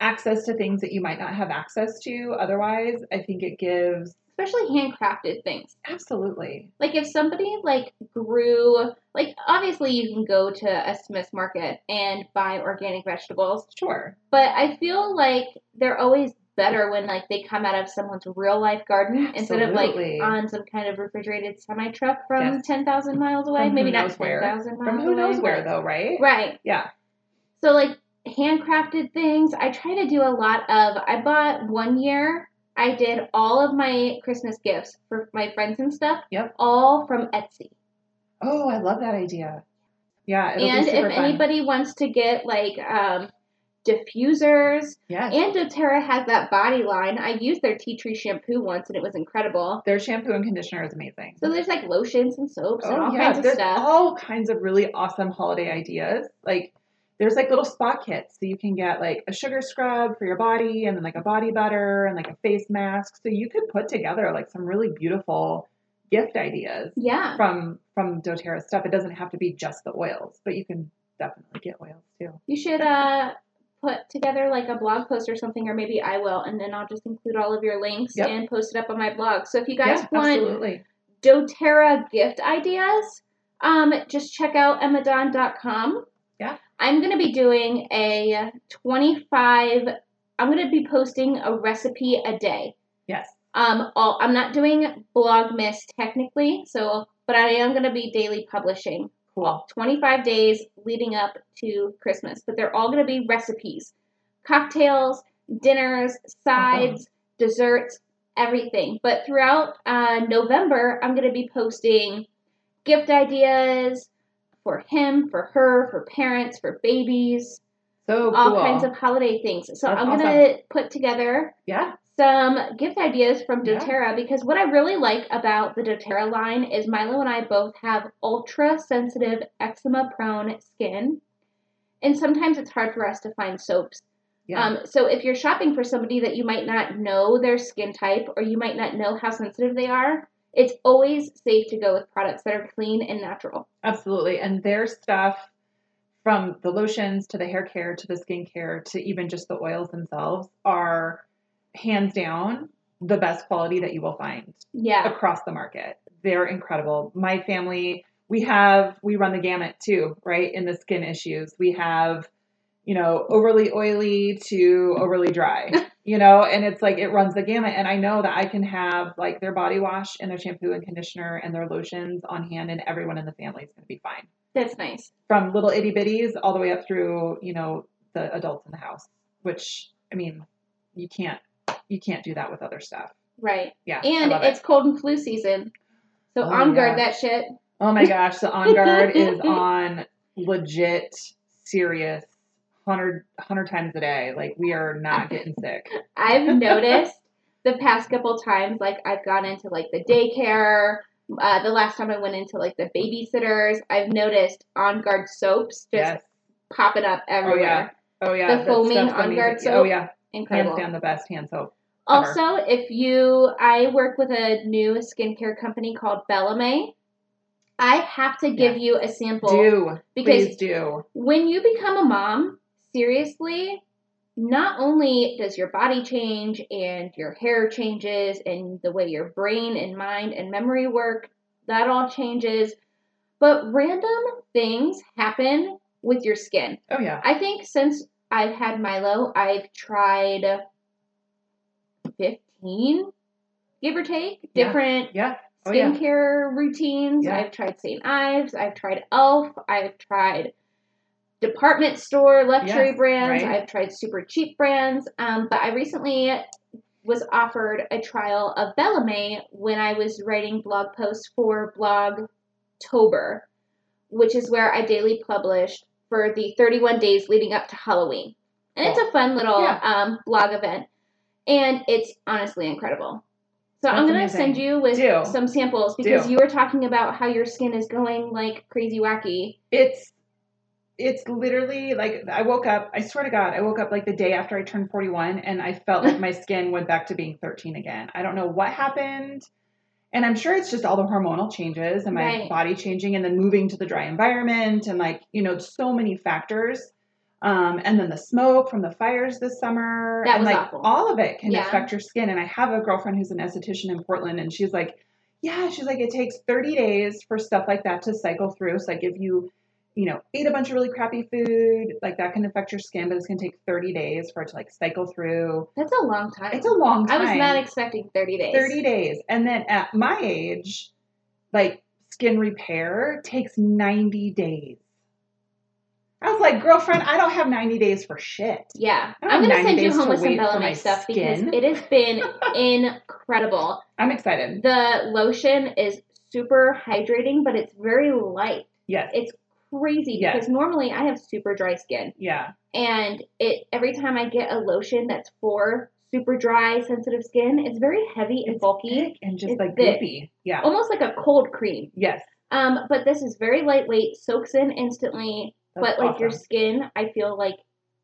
access to things that you might not have access to otherwise. I think it gives especially handcrafted things. absolutely. Like if somebody like grew like obviously you can go to a Smith's market and buy organic vegetables, Sure. but I feel like they're always better when like they come out of someone's real life garden instead of like Absolutely. on some kind of refrigerated semi truck from Yes. ten thousand miles away. From who Maybe not knows where. ten thousand miles From who away, knows where but- though, right? Right. Yeah. So like handcrafted things, I try to do a lot of. I bought one year. I did all of my Christmas gifts for my friends and stuff. Yep. All from Etsy. Oh, I love that idea. Yeah, it'll and be super if fun. anybody wants to get like um, diffusers, yes. and DoTerra has that body line. I used their tea tree shampoo once, and it was incredible. Their shampoo and conditioner is amazing. So there's like lotions and soaps and all kinds of Oh, there's stuff. all kinds of really awesome holiday ideas. Like there's like little spa kits, so you can get like a sugar scrub for your body, and then like a body butter and like a face mask. So you could put together like some really beautiful gift ideas yeah. from from DoTerra stuff. It doesn't have to be just the oils, but you can definitely get oils too. You should uh put together like a blog post or something, or maybe I will, and then I'll just include all of your links Yep. and post it up on my blog. So if you guys yeah, want absolutely. doTERRA gift ideas, um, just check out emmadon.com. Yeah. I'm gonna be doing a 25. I'm gonna be posting a recipe a day. Yes. Um, all, I'm not doing Blogmas technically, so but I am gonna be daily publishing Cool. 25 days leading up to Christmas, but they're all going to be recipes cocktails, dinners, sides, desserts, everything. But throughout uh, November, I'm going to be posting gift ideas for him, for her, for parents, for babies, So Oh, cool. all kinds of holiday things. So That's I'm going to put together yeah. some gift ideas from Yeah. doTERRA because what I really like about the doTERRA line is Milo and I both have ultra sensitive eczema prone skin. And sometimes it's hard for us to find soaps. Yeah. Um, so if you're shopping for somebody that you might not know their skin type or you might not know how sensitive they are, it's always safe to go with products that are clean and natural. Absolutely. And their stuff from the lotions to the hair care to the skincare to even just the oils themselves are hands down the best quality that you will find Yeah. across the market. They're incredible. My family, we have, we run the gamut too, right? In the skin issues, we have, you know, overly oily to overly [LAUGHS] dry, you know, and it's like it runs the gamut. And I know that I can have like their body wash and their shampoo and conditioner and their lotions on hand, and everyone in the family is going to be fine That's nice. from little itty bitties all the way up through, you know, the adults in the house, which I mean, you can't, you can't do that with other stuff. Right. Yeah. I And love it. it's cold and flu season. So Oh my on guard God. that shit. Oh my gosh, the On Guard is on legit, serious, 100, 100 times a day. Like, we are not getting sick. [LAUGHS] I've noticed the past couple times, like I've gone into like the daycare. Uh, the last time I went into like the babysitters, I've noticed on guard soaps just Yes. popping up everywhere. Oh, The yeah. that foaming stuff's On Guard amazing. Oh, soap. yeah. Hands Incredible. down the best hand soap. ever. Also, if you, I work with a new skincare company called Bellamy. I have to give you a sample Do. because Please do. when you become a mom, seriously, not only does your body change and your hair changes and the way your brain and mind and memory work, that all changes, but random things happen with your skin. Oh, yeah. I think since I've had Milo, I've tried 15, give or take, Yeah. different Yeah. Oh, yeah. skincare routines. Yeah. I've tried St. Ives. I've tried Elf. I've tried department store luxury Yes, brands. right. I've tried super cheap brands. Um, but I recently was offered a trial of Bellamy when I was writing blog posts for Blogtober, which is where I daily published for the 31 days leading up to Halloween. And it's a fun little Yeah. um, blog event. And it's honestly incredible. So I'm That's gonna amazing. send you with Do. some samples because Do. you were talking about how your skin is going like crazy wacky. It's it's literally like I woke up. I swear to God, I woke up like the day after I turned 41, and I felt like my skin went back to being 13 again. I don't know what happened, and I'm sure it's just all the hormonal changes and my Right. body changing, and then moving to the dry environment, and like you know, so many factors. Um, and then the smoke from the fires this summer. That and was like awful. all of it can Yeah. affect your skin. And I have a girlfriend who's an esthetician in Portland and she's like, yeah, she's like, it takes 30 days for stuff like that to cycle through. So like if you, you know, ate a bunch of really crappy food, like that can affect your skin, but it's gonna take 30 days for it to like cycle through. That's a long time. It's a long I time. was not expecting 30 days. 30 days. And then at my age, like skin repair takes 90 days. I was like, girlfriend, I don't have 90 days for shit. Yeah. I don't I'm going have to 90 send you days home to with some wait for Bella my Night stuff because skin. it has [LAUGHS] been incredible. I'm excited. The lotion is super hydrating, but it's very light. Yes. It's crazy Yes. because normally I have super dry skin. Yeah. And it every time I get a lotion that's for super dry, sensitive skin, it's very heavy and It's bulky, Thick and just It's like thick. Oh, goopy. Yeah. almost like a cold cream. Yes. Um, but this is very lightweight, soaks in instantly, That's but like your awesome. skin, I feel like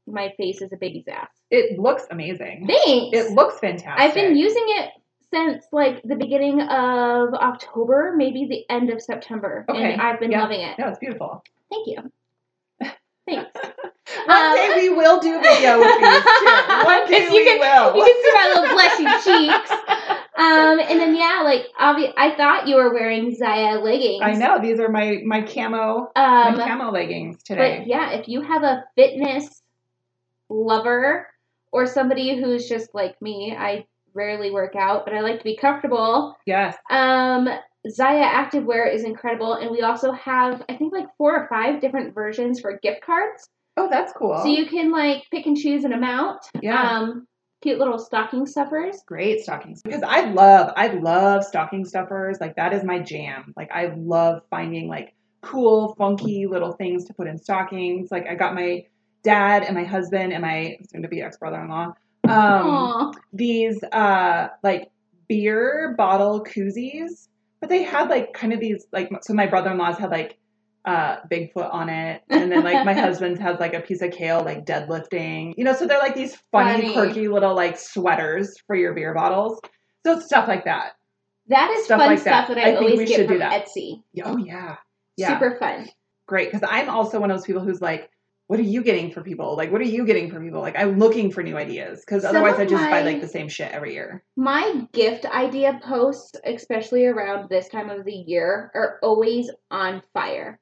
my face is a baby's ass. It looks amazing. Thanks. It looks fantastic. I've been using it since like the beginning of October, maybe the end of September, Okay, and I've been yeah. loving it. No, it's beautiful. Thank [LAUGHS] you. Thanks. One Um, day we will do [LAUGHS] video with these too. One day If we you can- will. you [LAUGHS] can see my little blessy [LAUGHS] cheeks. Um, and then yeah, like obvi- I thought you were wearing Zaya leggings. I know these are my my camo Um, my camo leggings today. But yeah, if you have a fitness lover or somebody who's just like me, I rarely work out, but I like to be comfortable. Yes. Um, Zaya Activewear is incredible, and we also have I think like four or five different versions for gift cards, Oh, that's cool. so you can like pick and choose an amount. yeah. Um, cute little stocking stuffers. Great stockings because I love I love stocking stuffers like that is my jam like I love finding like cool funky little things to put in stockings like I got my dad and my husband and my soon to be ex brother in law um, Aw, these uh like beer bottle koozies but they had like kind of these like so my brother in law's had like uh Bigfoot on it and then like my [LAUGHS] husband's has like a piece of kale like deadlifting you know so they're like these funny, Funny. quirky little like sweaters for your beer bottles so it's stuff like that that is Stuff fun like that. stuff that I I, think we always should get do from that. Etsy. oh yeah yeah Super fun. great because I'm also one of those people who's like what are you getting for people like what are you getting for people like I'm looking for new ideas because Some otherwise of I just buy my- like the same shit every year My gift idea posts, especially around this time of the year, are always on fire.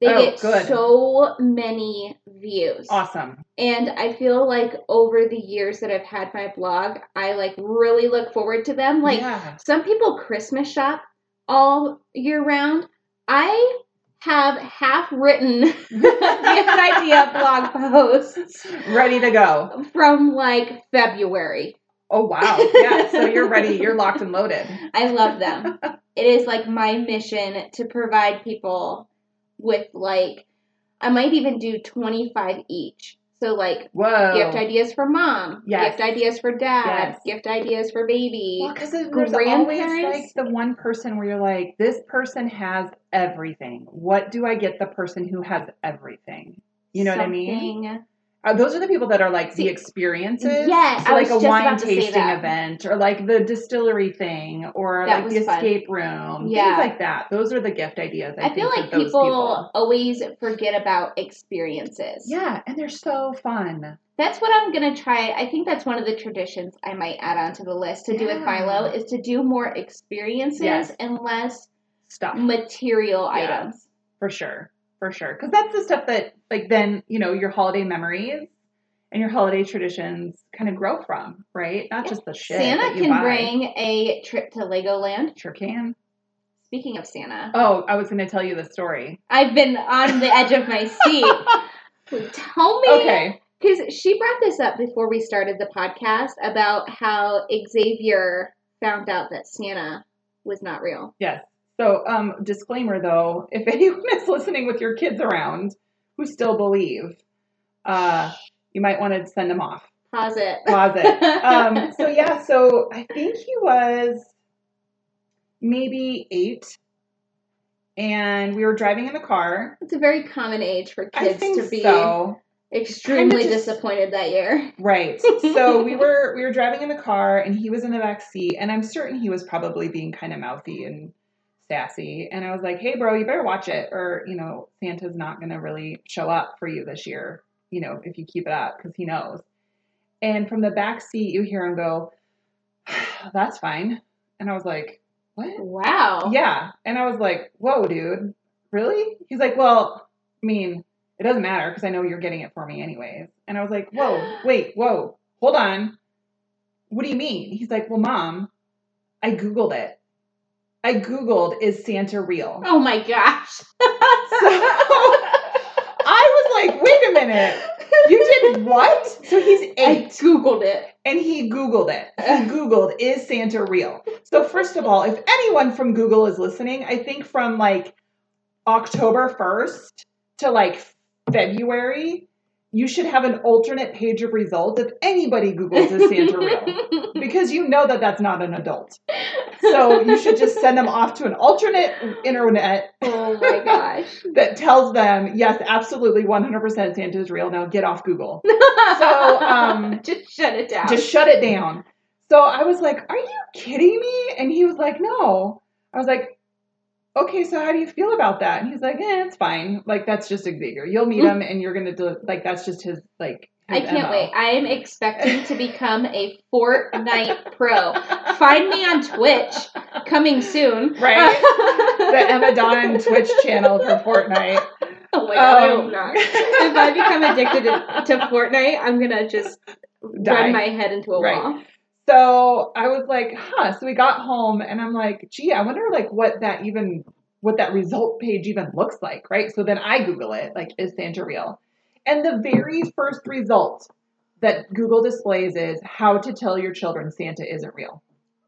They Oh, get good. so many views. awesome And I feel like over the years that I've had my blog, I like really look forward to them. Like [LAUGHS] yeah. some people Christmas shop all year round. I have half written [LAUGHS] gift [LAUGHS] idea blog posts ready to go. from like February. Oh wow. Yeah. [LAUGHS] So you're ready. You're locked and loaded. I love them. it is like my mission to provide people with like I might even do 25 each. So like Whoa. gift ideas for mom, Oh. Yes. gift ideas for dad, Yes. gift ideas for baby. because there's always like grandparents? the one person where you're like, this person has everything. What do I get the person who has everything? You know what I mean? Something. Uh, those are the people that are like See- the experiences. Yes, So I like was a just wine about to say tasting that. event or like the distillery thing or That like was the fun. escape room. Yeah. Things like that. Those are the gift ideas. I, I feel think, like for those people, always forget about experiences. Yeah, and they're so fun. That's what I'm gonna try. I think that's one of the traditions I might add onto the list to do with Yeah. Milo is to do more experiences Yes. and less Stuff. material Yeah. items. for sure for sure because that's the stuff that like then you know your holiday memories and your holiday traditions kind of grow from right not just the shit that Santa you can buy. bring a trip to Legoland. sure can Speaking of Santa, oh i was going to tell you the story I've been on the edge of my seat. [LAUGHS] Tell me, okay because she brought this up before we started the podcast about how Xavier found out that Santa was not real. yes so um disclaimer though if [LAUGHS] anyone is listening with your kids around who still believe uh you might want to send them off Pause it. pause it um, so yeah, so I think he was maybe eight, and we were driving in the car. [LAUGHS] It's a very common age for I kids think to be so. extremely Kinda just- disappointed that [LAUGHS] year. Right. So we were we were driving in the car, and he was in the back seat, and I'm certain he was probably being kind of mouthy and sassy. And I was like, "Hey, bro, you better watch it, or you know, Santa's not gonna really show up for you this year." you know, if you keep it up because he knows. And from the back seat, you hear him go, [SIGHS] that's fine. And I was like, what? Wow. Yeah. And I was like, whoa, dude, really? He's like, well, I mean, it doesn't matter because I know you're getting it for me anyways. And I was like, whoa, wait, whoa, hold on. What do you mean? He's like, well, mom, I Googled it. I Googled, is Santa real? [LAUGHS] Oh my gosh. [LAUGHS] I was like, wait a minute. You did what? So he's I eight googled it. and he Googled it. He Googled, is Santa real? So, first of all, if anyone from Google is listening, I think from like October 1st to like February, you should have an alternate page of results if anybody Googles, is Santa real? Because you know that that's not an adult. So, you should just send them off to an alternate internet oh [LAUGHS] my gosh. that tells them, yes, absolutely 100% Santa is real. Now get off Google. So, um, [LAUGHS] just shut it down. Just shut it down. So I was like, Are you kidding me? And he was like, No. I was like, Okay, so how do you feel about that? And he's like, Eh, it's fine. Like, that's just Xavier. You'll meet him and you're going to, do like, that's just his, like, his Mm. I can't MO. wait. I am expecting to become [LAUGHS] a Fortnite pro. Find me on Twitch coming soon. [LAUGHS] Right? the Emma Don Twitch channel for Fortnite. oh my god, I Um, hope not. If I become addicted to, to Fortnite, I'm gonna just Die. run my head into a Right. wall. So I was like, huh. So we got home and I'm like, gee, I wonder like what that even what that result page even looks like, right? So then I Google it, like, is Santa real? And the very first result that Google displays is how to tell your children Santa isn't real.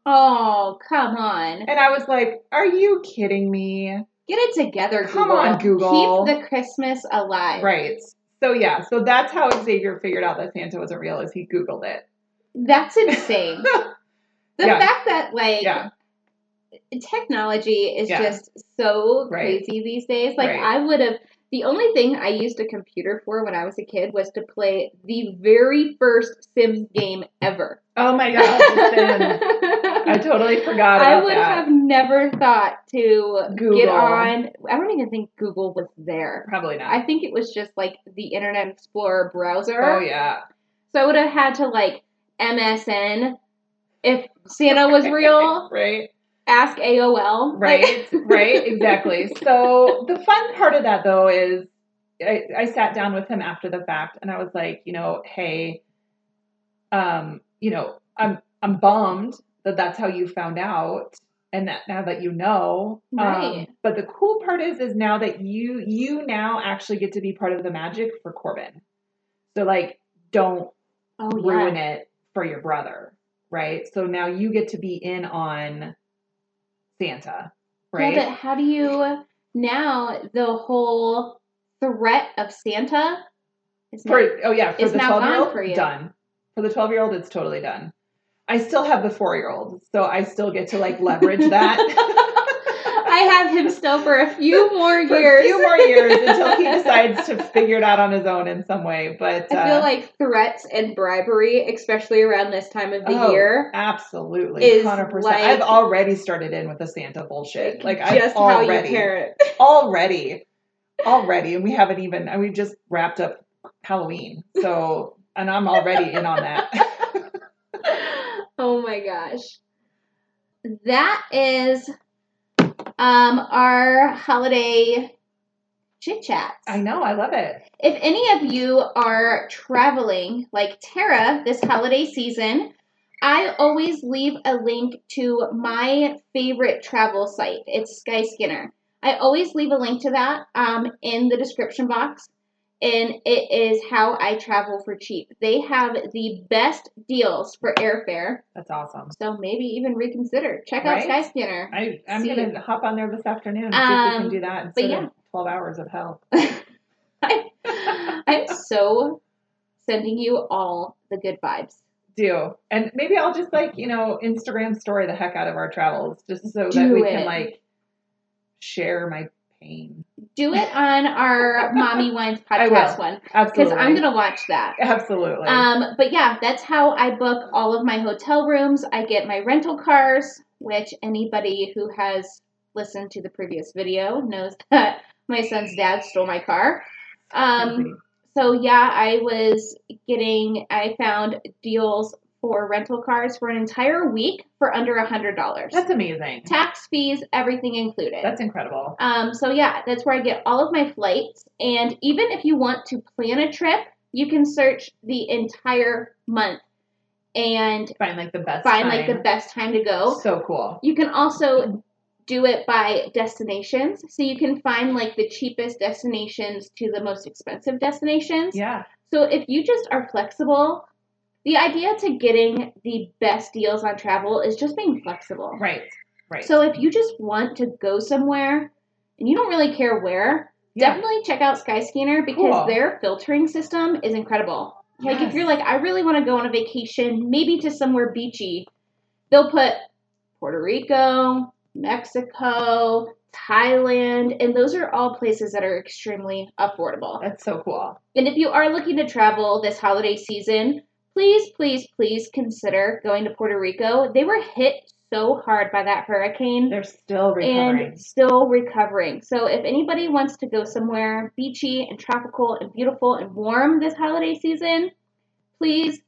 Oh, come on. And I was like, Are you kidding me? Get it together, Come on, Google. Keep the Christmas alive. Right. So yeah, so that's how Xavier figured out that Santa wasn't real is he Googled it. That's [LAUGHS] insane. the Yeah. fact that like Yeah. technology is Yeah. just so Right. crazy these days. Like Right. I would have the only thing I used a computer for when I was a kid was to play the very first Sims game ever. Oh my gosh, [LAUGHS] Sin. [LAUGHS] I totally forgot I about would that. have never thought to get Google. on. I don't even think Google was there. Probably not. I think it was just like the Internet Explorer browser. Oh yeah. So I would have had to like MSN if Santa [LAUGHS] was real, right? ask AOL. Like, Right, [LAUGHS] right, exactly. So the fun part of that though is I, I sat down with him after the fact and I was like, you know, hey, um, you know, I'm I'm bummed that that's how you found out and that now that you know. Um, Right. but the cool part is is now that you you now actually get to be part of the magic for Corbin. So like don't oh ruin it for your brother, right? So now you get to be in on Santa, right? Yeah, but how do you now the whole threat of Santa is not- for oh yeah, for It's the now gone twelve year old, for you. done. For the twelve year old, it's totally done. I still have the four year old, so I still get to like [LAUGHS] leverage that [LAUGHS] I have him still for a few more for years. a few more years [LAUGHS] until he decides to figure it out on his own in some way. But I feel uh, like threats and bribery, especially around this time of the Oh, year, absolutely, is hundred percent. like- I've already started in with the Santa bullshit. Like I've just how already, you parent. already already and we haven't even and we just wrapped up halloween so and i'm already in on that [LAUGHS] [LAUGHS] oh my gosh, that is um our holiday chit chats. i know i love it If any of you are traveling, like Tara, this holiday season, I always leave a link to my favorite travel site. It's Skyscanner. I always leave a link to that um, in the description box, and it is how I travel for cheap. They have the best deals for airfare, that's awesome so maybe even reconsider. Check out Right? Skyscanner. I, i'm See. gonna hop on there this afternoon and see if we Um, can do that but instead of 12 hours of hell [LAUGHS] I'm so sending you all the good vibes. do and maybe i'll just like you know instagram story the heck out of our travels just so that Do we it. can like share my pain Do it on our Mommy Wines I podcast will. one because absolutely I'm gonna watch that. absolutely Um, but yeah, that's how I book all of my hotel rooms. I get my rental cars, which anybody who has listened [LAUGHS] to the previous video knows that my son's dad stole my car. Um, Crazy. so yeah, I was getting, I found deals for rental cars for an entire week for under a hundred dollars. That's amazing. Tax fees, everything included. That's incredible. Um, so yeah, that's where I get all of my flights. And even if you want to plan a trip, you can search the entire month and Find like the best. find like the time. best time to go. So cool. You can also do it by destinations. So you can find like the cheapest destinations to the most expensive destinations. Yeah. So if you just are flexible, the idea to getting the best deals on travel is just being flexible. Right. Right. So if you just want to go somewhere and you don't really care where, yeah. definitely check out Skyscanner because Cool. their filtering system is incredible. Like if Yes. you're like, I really want to go on a vacation, maybe to somewhere beachy, they'll put Puerto Rico, Mexico, Thailand, and those are all places that are extremely affordable. That's so cool. And if you are looking to travel this holiday season, please, please, please consider going to Puerto Rico. They were hit so hard by that hurricane They're still recovering. and still recovering. So if anybody wants to go somewhere beachy and tropical and beautiful and warm this holiday season, please,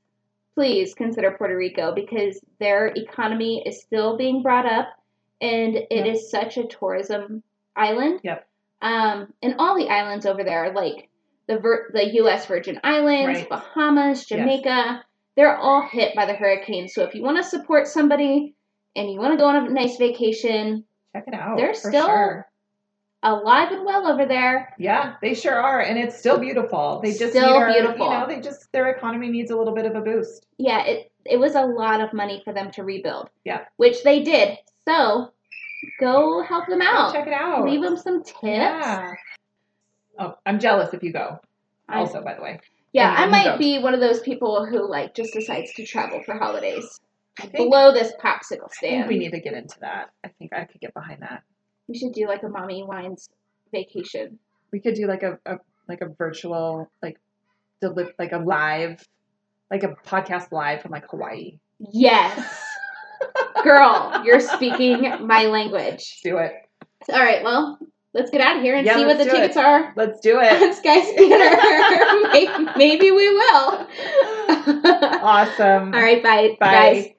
please consider Puerto Rico because their economy is still being brought up and it is Yep. such a tourism island. Yep. Um, and all the islands over there, like the Vir- the U.S. Virgin Islands, Right. Bahamas, Jamaica, they're all hit by the hurricane. So if you want to support somebody and you want to go on a nice vacation, Check it out. They're for still- sure. alive and well over there, Yeah, they sure are, and it's still beautiful. They just Still need our, beautiful. You know, they just their economy needs a little bit of a boost. yeah, it it was a lot of money for them to rebuild. Yeah. which they did. So go help them Go out. Check it out. Oh, Leave them some tips. Yeah. Oh, I'm jealous if you go. I- also, by the way, yeah, Anyway, I who might knows? be one of those people who like just decides to travel for holidays. I think, Blow this popsicle I think stand. we need to get into that. I think I could get behind that. We should do like a mommy wines vacation. We could do like a, a like a virtual like deli- like a live like a podcast live from like Hawaii. [LAUGHS] Yes. Girl, you're speaking my language. Let's do it. All right, well, let's get out of here and Yeah, see what the let's do it. tickets are Let's do [LAUGHS] it. on Skyscanner. May- Maybe we will. [LAUGHS] awesome. All right, bye, Bye. guys.